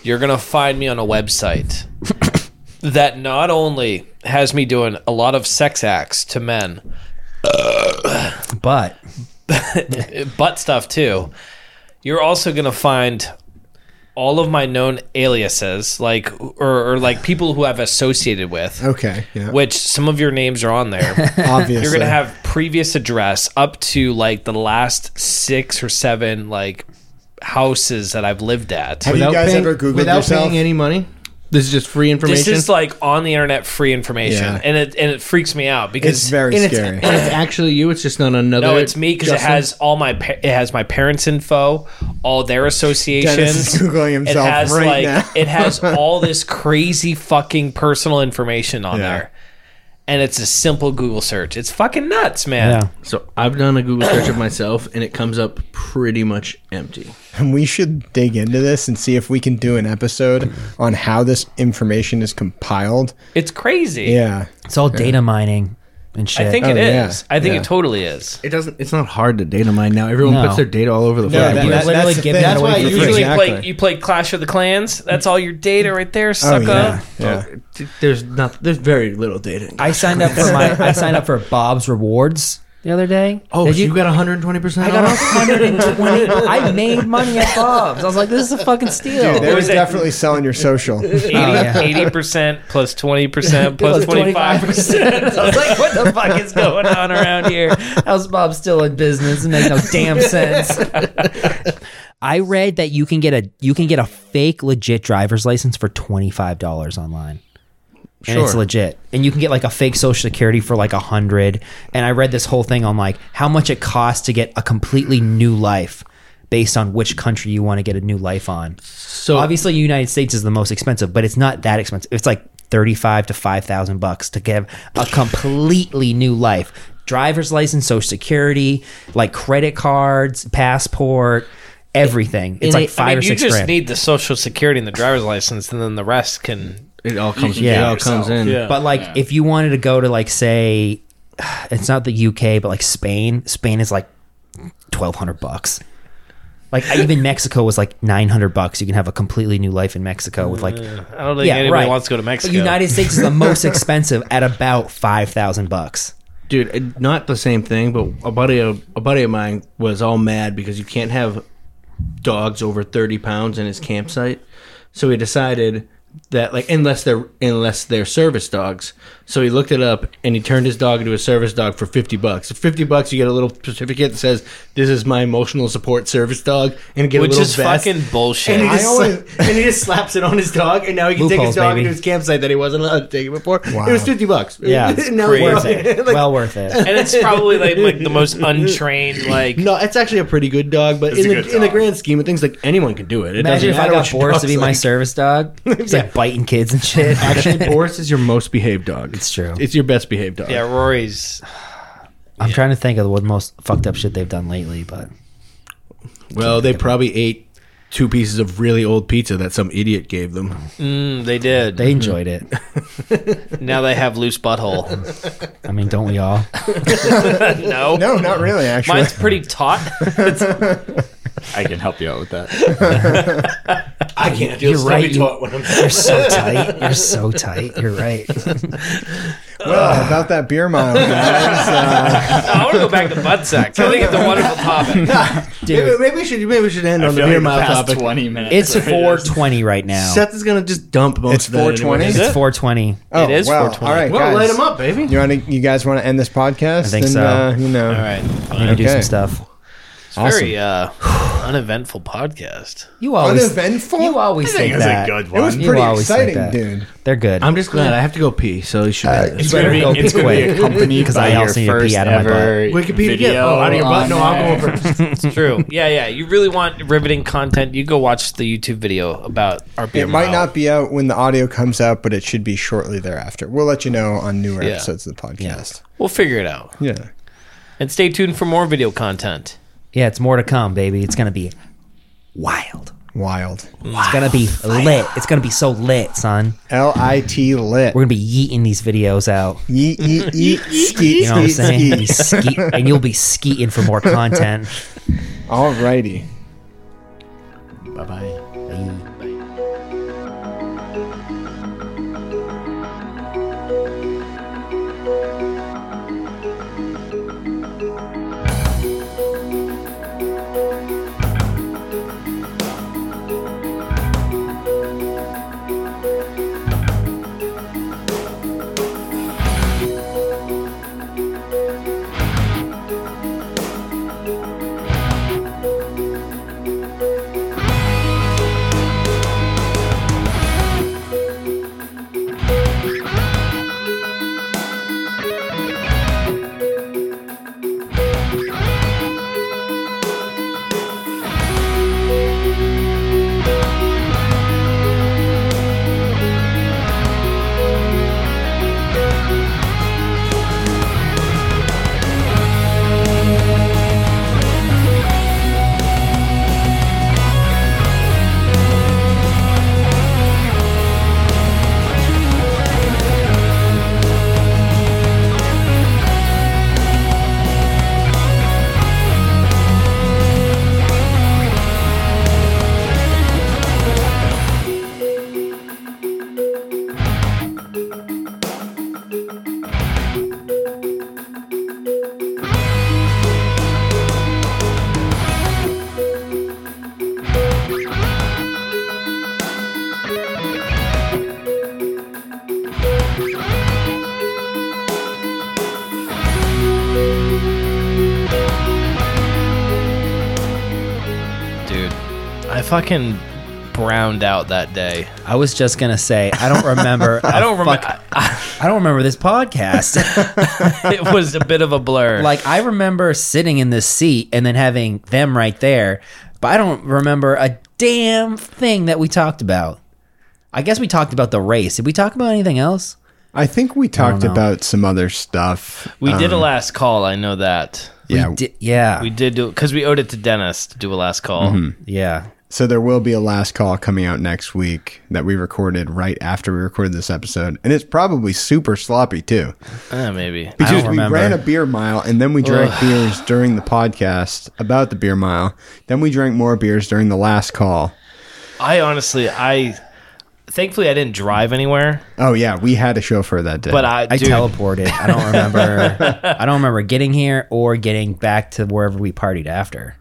B: you're gonna find me on a website that not only has me doing a lot of sex acts to men,
A: But
B: butt stuff too. You're also gonna find all of my known aliases, like or, or like people who I've associated with.
E: Okay. Yeah.
B: Which some of your names are on there.
E: obviously.
B: You're gonna have previous address up to like the last six or seven like houses that I've lived at.
E: Have you guys ever Googled
D: without
E: yourself?
D: paying any money? This is just free information.
B: This is like on the internet free information,
E: Yeah.
B: and it and it freaks me out because
E: it's very
D: and it's,
E: scary.
D: and it's actually you. It's just not another.
B: no, it's me because it
D: Justin?
B: has all my pa- it has my parents' info, all their associations.
E: Dennis is Googling himself
B: it has
E: right
B: like
E: now.
B: it has all this crazy fucking personal information on
E: Yeah.
B: there, and it's a simple Google search. It's fucking nuts, man.
A: yeah,
D: So I've done a Google search of myself, and it comes up pretty much empty.
E: And we should dig into this and see if we can do an episode on how this information is compiled.
B: It's crazy.
E: Yeah.
A: it's all data mining and shit.
B: I think it
E: Oh, yeah.
B: is. I think
E: Yeah.
B: it totally is.
D: It doesn't. It's not hard to data mine now. Everyone
A: No.
D: puts their data all over the
E: No,
D: fucking
E: that-
D: place.
E: that-
A: literally
E: that's the
A: give
E: thing.
A: that away
E: That's why
A: for
E: you
B: You
A: free.
B: usually
E: Exactly. Oh,
B: play you play Clash of the Clans. That's all your data right there, sucker.
E: yeah.
D: Oh,
E: yeah.
D: There's not. There's very little data. in-
A: I signed up for my I signed up for Bob's Rewards the other day.
D: oh,
A: Did
D: so you, got 120
A: I
D: percent.
A: got 120. I made money at Bob's. I was like, this is a fucking steal.
E: They
B: What
E: were
B: was that?
E: definitely selling your social. Oh,
B: 80 percent plus twenty percent plus twenty five percent. I was like, what the fuck is going on around here?
A: How's Bob still in business? It makes no damn sense. I read that you can get a you can get a fake legit driver's license for twenty five dollars online. And it's
D: Sure.
A: legit. And you can get like a fake social security for like a hundred. And I read this whole thing on like how much it costs to get a completely new life based on which country you want to get a new life on.
D: So
A: obviously United States is the most expensive, but it's not that expensive. It's like thirty-five to five thousand bucks to give a completely new life: driver's license, social security, like credit cards, passport, everything. It's like five
B: I mean,
A: or
B: you
A: six
B: just
A: grand.
B: need the social security and the driver's license, and then the rest can.
D: it all comes.
A: Yeah.
B: Oh,
D: it all comes in.
A: but like, if you wanted to go to like say it's not the UK, but like Spain. Spain is like twelve hundred bucks. Like even Mexico was like nine hundred bucks. You can have a completely new life in Mexico with like
B: I don't think anybody wants to go to Mexico.
A: But United States is the most expensive at about five thousand bucks.
D: dude it- not the same thing but a buddy of a buddy of mine was all mad because you can't have dogs over 30 pounds in his campsite so he decided that like unless they're unless they're service dogs so he looked it up and he turned his dog into a service dog for 50 bucks For 50 bucks you get a little certificate that says this is my emotional support service dog and get a
B: which
D: little
B: is
D: vest.
B: fucking bullshit.
D: And he, just,
E: I always-
D: and he just slaps it on his dog, and now he can take
A: Loopholes,
D: his dog
A: baby.
D: into his campsite that he wasn't allowed to take it before.
E: Wow.
D: It was fifty bucks.
A: Yeah, it's
D: Now-
B: crazy.
A: Worth it.
D: Like,
A: well worth it.
B: and it's probably like, like the most untrained like
D: no, it's actually a pretty good dog, but
F: It's
D: in
F: a
D: the,
F: good
D: in the
F: dog.
D: grand scheme of things, like anyone can do it. it
A: Imagine
D: doesn't
A: if I
D: matter
A: got
D: what your
A: Boris to be
D: dog's
A: my
D: like.
A: service dog. He's like biting kids and shit.
D: Actually, Boris is your most behaved dog.
A: It's true.
D: It's your best behaved dog.
B: yeah, Rory's.
A: I'm trying to think of what most fucked up shit they've done lately, but
D: Well, they probably ate two pieces of really old pizza that some idiot gave them.
B: Mm, they did.
A: they enjoyed it.
B: now they have loose butthole.
A: I mean, don't we all?
B: no,
E: No, not really. Actually,
B: mine's pretty taut.
F: I can help you out with that.
D: I can't
A: You're right. You,
D: taught when I'm
A: are so tight. You're so tight. You're right.
E: well, about that beer mile. guys, uh,
B: I want to go back to butt sex. I think it's a wonderful topic.
D: Maybe,
A: Dude,
D: maybe we should maybe we should end
F: I
D: on the
F: feel
D: beer
F: like the
D: mile
F: past
D: topic.
F: twenty minutes.
A: it's
F: are-
A: 420 right now.
D: Seth is gonna just dump most
E: It's
D: of that.
E: 420?
D: anyway.
E: Is
A: It's 420.
E: oh,
B: is
E: wow.
B: 420.
E: All right,
D: Well,
E: guys.
D: light him up, baby.
E: You want to? You guys want to end this podcast?
A: I think
E: and,
A: so.
E: Uh, you know,
B: All right,
A: I'm gonna do
E: Okay.
A: some stuff.
B: it's very uh, uneventful podcast.
A: You always
E: Uneventful?
A: You always think
F: It was
A: that.
F: a good
E: it was
F: one.
A: You
E: pretty
A: always say
E: exciting,
A: that.
E: dude.
A: They're good.
D: I'm just glad I have to go pee, so you should. end this.
F: It's gonna be,
A: Go
F: it's gonna be
A: quick.
F: accompanied
A: 'Cause
F: by
A: I
F: your
A: also need to pee
F: first
A: out of my butt.
F: ever
D: Wikipedia again.
F: video
D: Oh, out of your butt.
F: on
D: No, I'm
F: there.
D: going first.
B: It's true. Yeah, yeah. You really want riveting content? You go watch the YouTube video about our beer
E: It might
B: mile.
E: not be out when the audio comes out, but it should be shortly thereafter. We'll let you know on newer
B: Yeah.
E: episodes of the podcast.
B: We'll figure it out.
E: Yeah.
B: And stay tuned for more video content.
A: yeah, it's more to come, baby. It's gonna be wild.
E: Wild.
A: It's gonna be lit. It's gonna be so lit, son.
E: L I T lit.
A: We're gonna be yeeting these videos out.
E: Yeet, yeet, yeet, skeet,
A: You know what I'm
E: skeet,
A: saying? Be
E: skeet.
A: skeet- and you'll be skeeting for more content.
E: Alrighty.
F: Bye bye.
B: Dude, I fucking browned out that day.
A: I was just gonna say, I don't remember.
B: I don't
A: remember.
B: remember.
A: I don't remember this podcast.
B: It was a bit of a blur.
A: like I remember sitting in this seat and then having them right there, but I don't remember a damn thing that we talked about. I guess we talked about the race. Did we talk about anything else?
E: I think we talked
A: know.
E: about some other stuff.
B: we did a
E: Um,
B: last call. I know that.
E: Yeah.
A: Di- yeah, Mm-hmm.
B: We did do because we owed it to Dennis to do a last call.
A: yeah.
E: So there will be a last call coming out next week that we recorded right after we recorded this episode, and it's probably super sloppy too
B: Uh, maybe.
A: don't
E: because we
A: remember.
E: ran a beer mile and then we drank beers during the podcast about the beer mile. Then we drank more beers during the last call.
B: I honestly, I thankfully I didn't drive anywhere,
E: Oh yeah, we had a chauffeur that day.
B: but I,
A: I
B: Uh, dude,
A: teleported. I don't remember. I don't remember getting here or getting back to wherever we partied after.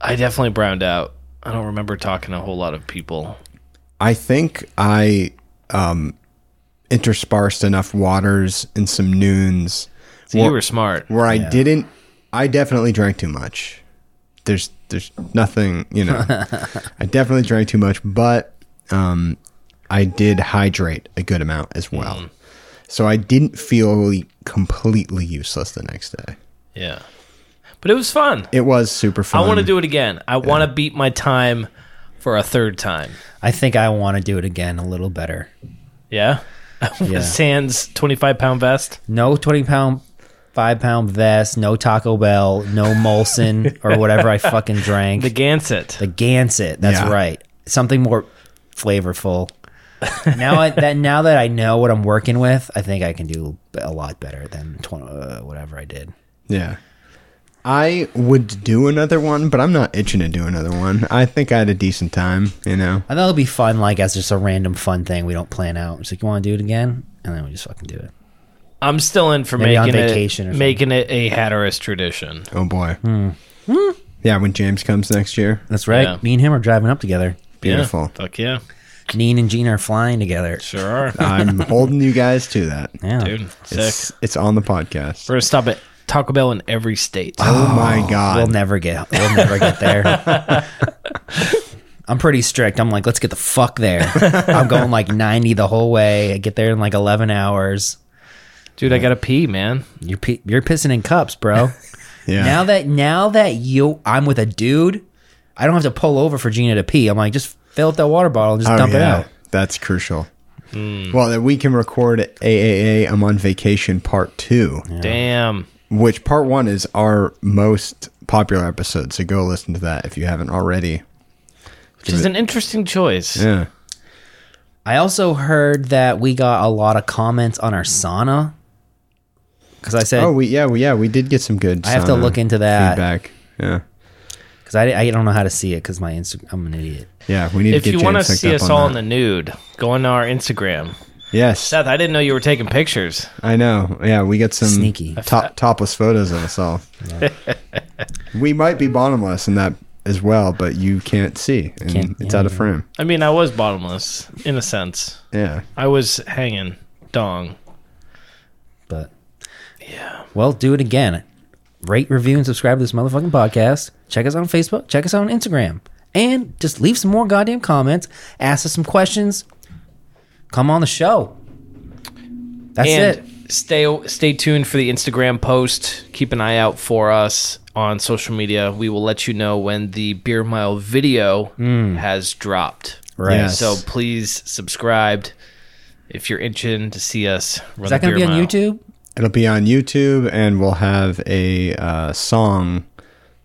B: I definitely browned out. I don't remember talking to a whole lot of people.
E: I think I um, interspersed enough waters and some noons
B: So you were smart.
E: where I didn't. I definitely drank too much. There's there's nothing you know. I definitely drank too much, but um, I did hydrate a good amount as well.
B: Mm.
E: So I didn't feel completely useless the next day.
B: Yeah, but it was fun.
E: It was super fun.
B: I want to do it again. I want to beat my time for a third time.
A: I think I want to do it again a little better.
B: Yeah.
A: Yeah.
B: Sans 25 pound vest.
A: No twenty pound, five pound vest. No Taco Bell. No Molson or whatever I fucking drank.
B: The
A: The,
B: Gansett.
A: Gansett. That's
E: Yeah.
A: right. Something more flavorful. now I, that now that I know what I'm working with, I think I can do a lot better than 20, uh, whatever I did.
E: Yeah. I would do another one, but I'm not itching to do another one. I think I had a decent time, you know.
A: I thought it'd be fun, like as just a random fun thing we don't plan out. It's like you want to do it again, and then we just fucking do it.
B: I'm still in for
A: Maybe on
B: making
A: vacation or
B: it,
A: something.
B: making it a Hatteras tradition.
E: Oh boy. Yeah, when James comes next year.
A: That's right.
B: Hmm. Yeah.
A: Me and him are driving up together.
E: Beautiful.
B: Yeah. Fuck yeah.
A: Neen and Gina are flying together.
B: Sure are.
E: I'm holding you guys to that.
A: Yeah.
B: Dude, sick.
E: Ah. It's, it's on the podcast.
B: We're going to stop at Taco Bell in every state.
E: Oh my
A: We'll
E: god.
A: never get we'll never get there. I'm pretty strict. I'm like, let's get the fuck there. I'm going like 90 the whole way. I get there in like 11 hours.
B: Dude, I got to pee, man.
A: You're pe- you're pissing in cups, bro.
E: yeah.
A: Now that now that you I'm with a dude, I don't have to pull over for Gina to pee. I'm like, just fill up that water bottle and just
E: Oh,
A: dump it
E: yeah.
A: out.
E: That's crucial.
B: Hmm.
E: Well, then we can record AAA I'm on vacation part 2,
B: Damn.
E: which part 1 is our most popular episode, so go listen to that if you haven't already.
B: Which is an interesting choice.
E: Yeah.
A: I also heard that we got a lot of comments on our sauna. Because I said,
E: Oh, we yeah, we, yeah, we did get some good.
A: I have to
E: sauna
A: look into that.
E: feedback. Yeah,
A: because I, I don't know how to see it because my Instagram, I'm an idiot.
E: yeah, we need
B: If
E: to get
B: you
E: James
B: want to
E: hooked
B: see
E: up
B: us
E: on
B: all
E: that.
B: in the nude, go on to our Instagram.
E: yes,
B: Seth, I didn't know you were taking pictures.
E: I know. Yeah, we get some
A: Sneaky.
E: top, topless photos of us all. we might be bottomless in that as well, but you can't see, and
A: Can't-
E: it's
A: yeah.
E: out of frame.
B: I mean, I was bottomless in a sense.
E: Yeah,
B: I was hanging dong.
A: But yeah, well, do it again. Rate, review, and subscribe to this motherfucking podcast. Check us out on Facebook. Check us out on Instagram, and just leave some more goddamn comments. Ask us some questions. Come on the show. That's it.
B: and stay stay tuned for the Instagram post. Keep an eye out for us on social media. We will let you know when the Beer Mile video has dropped.
A: Mm. Right.
E: Yes.
B: So please subscribe if you're itching to see us. Run
A: Is that going to be on YouTube?
E: it'll be on YouTube, and we'll have a uh, song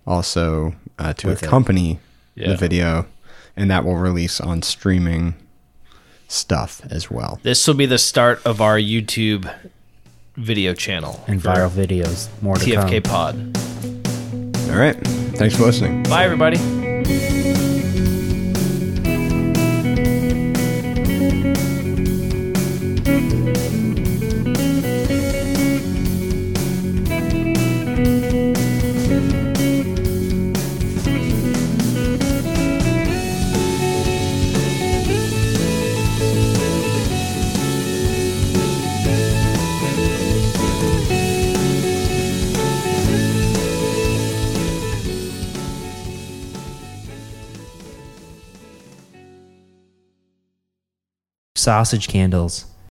E: also uh, to accompany
B: Yeah.
E: the video, and that will release on streaming stuff as well.
B: This will be the start of our YouTube video channel.
A: And viral videos. More to come.
B: TFK Pod.
E: All right, thanks for listening.
B: Bye, everybody.
A: Sausage candles.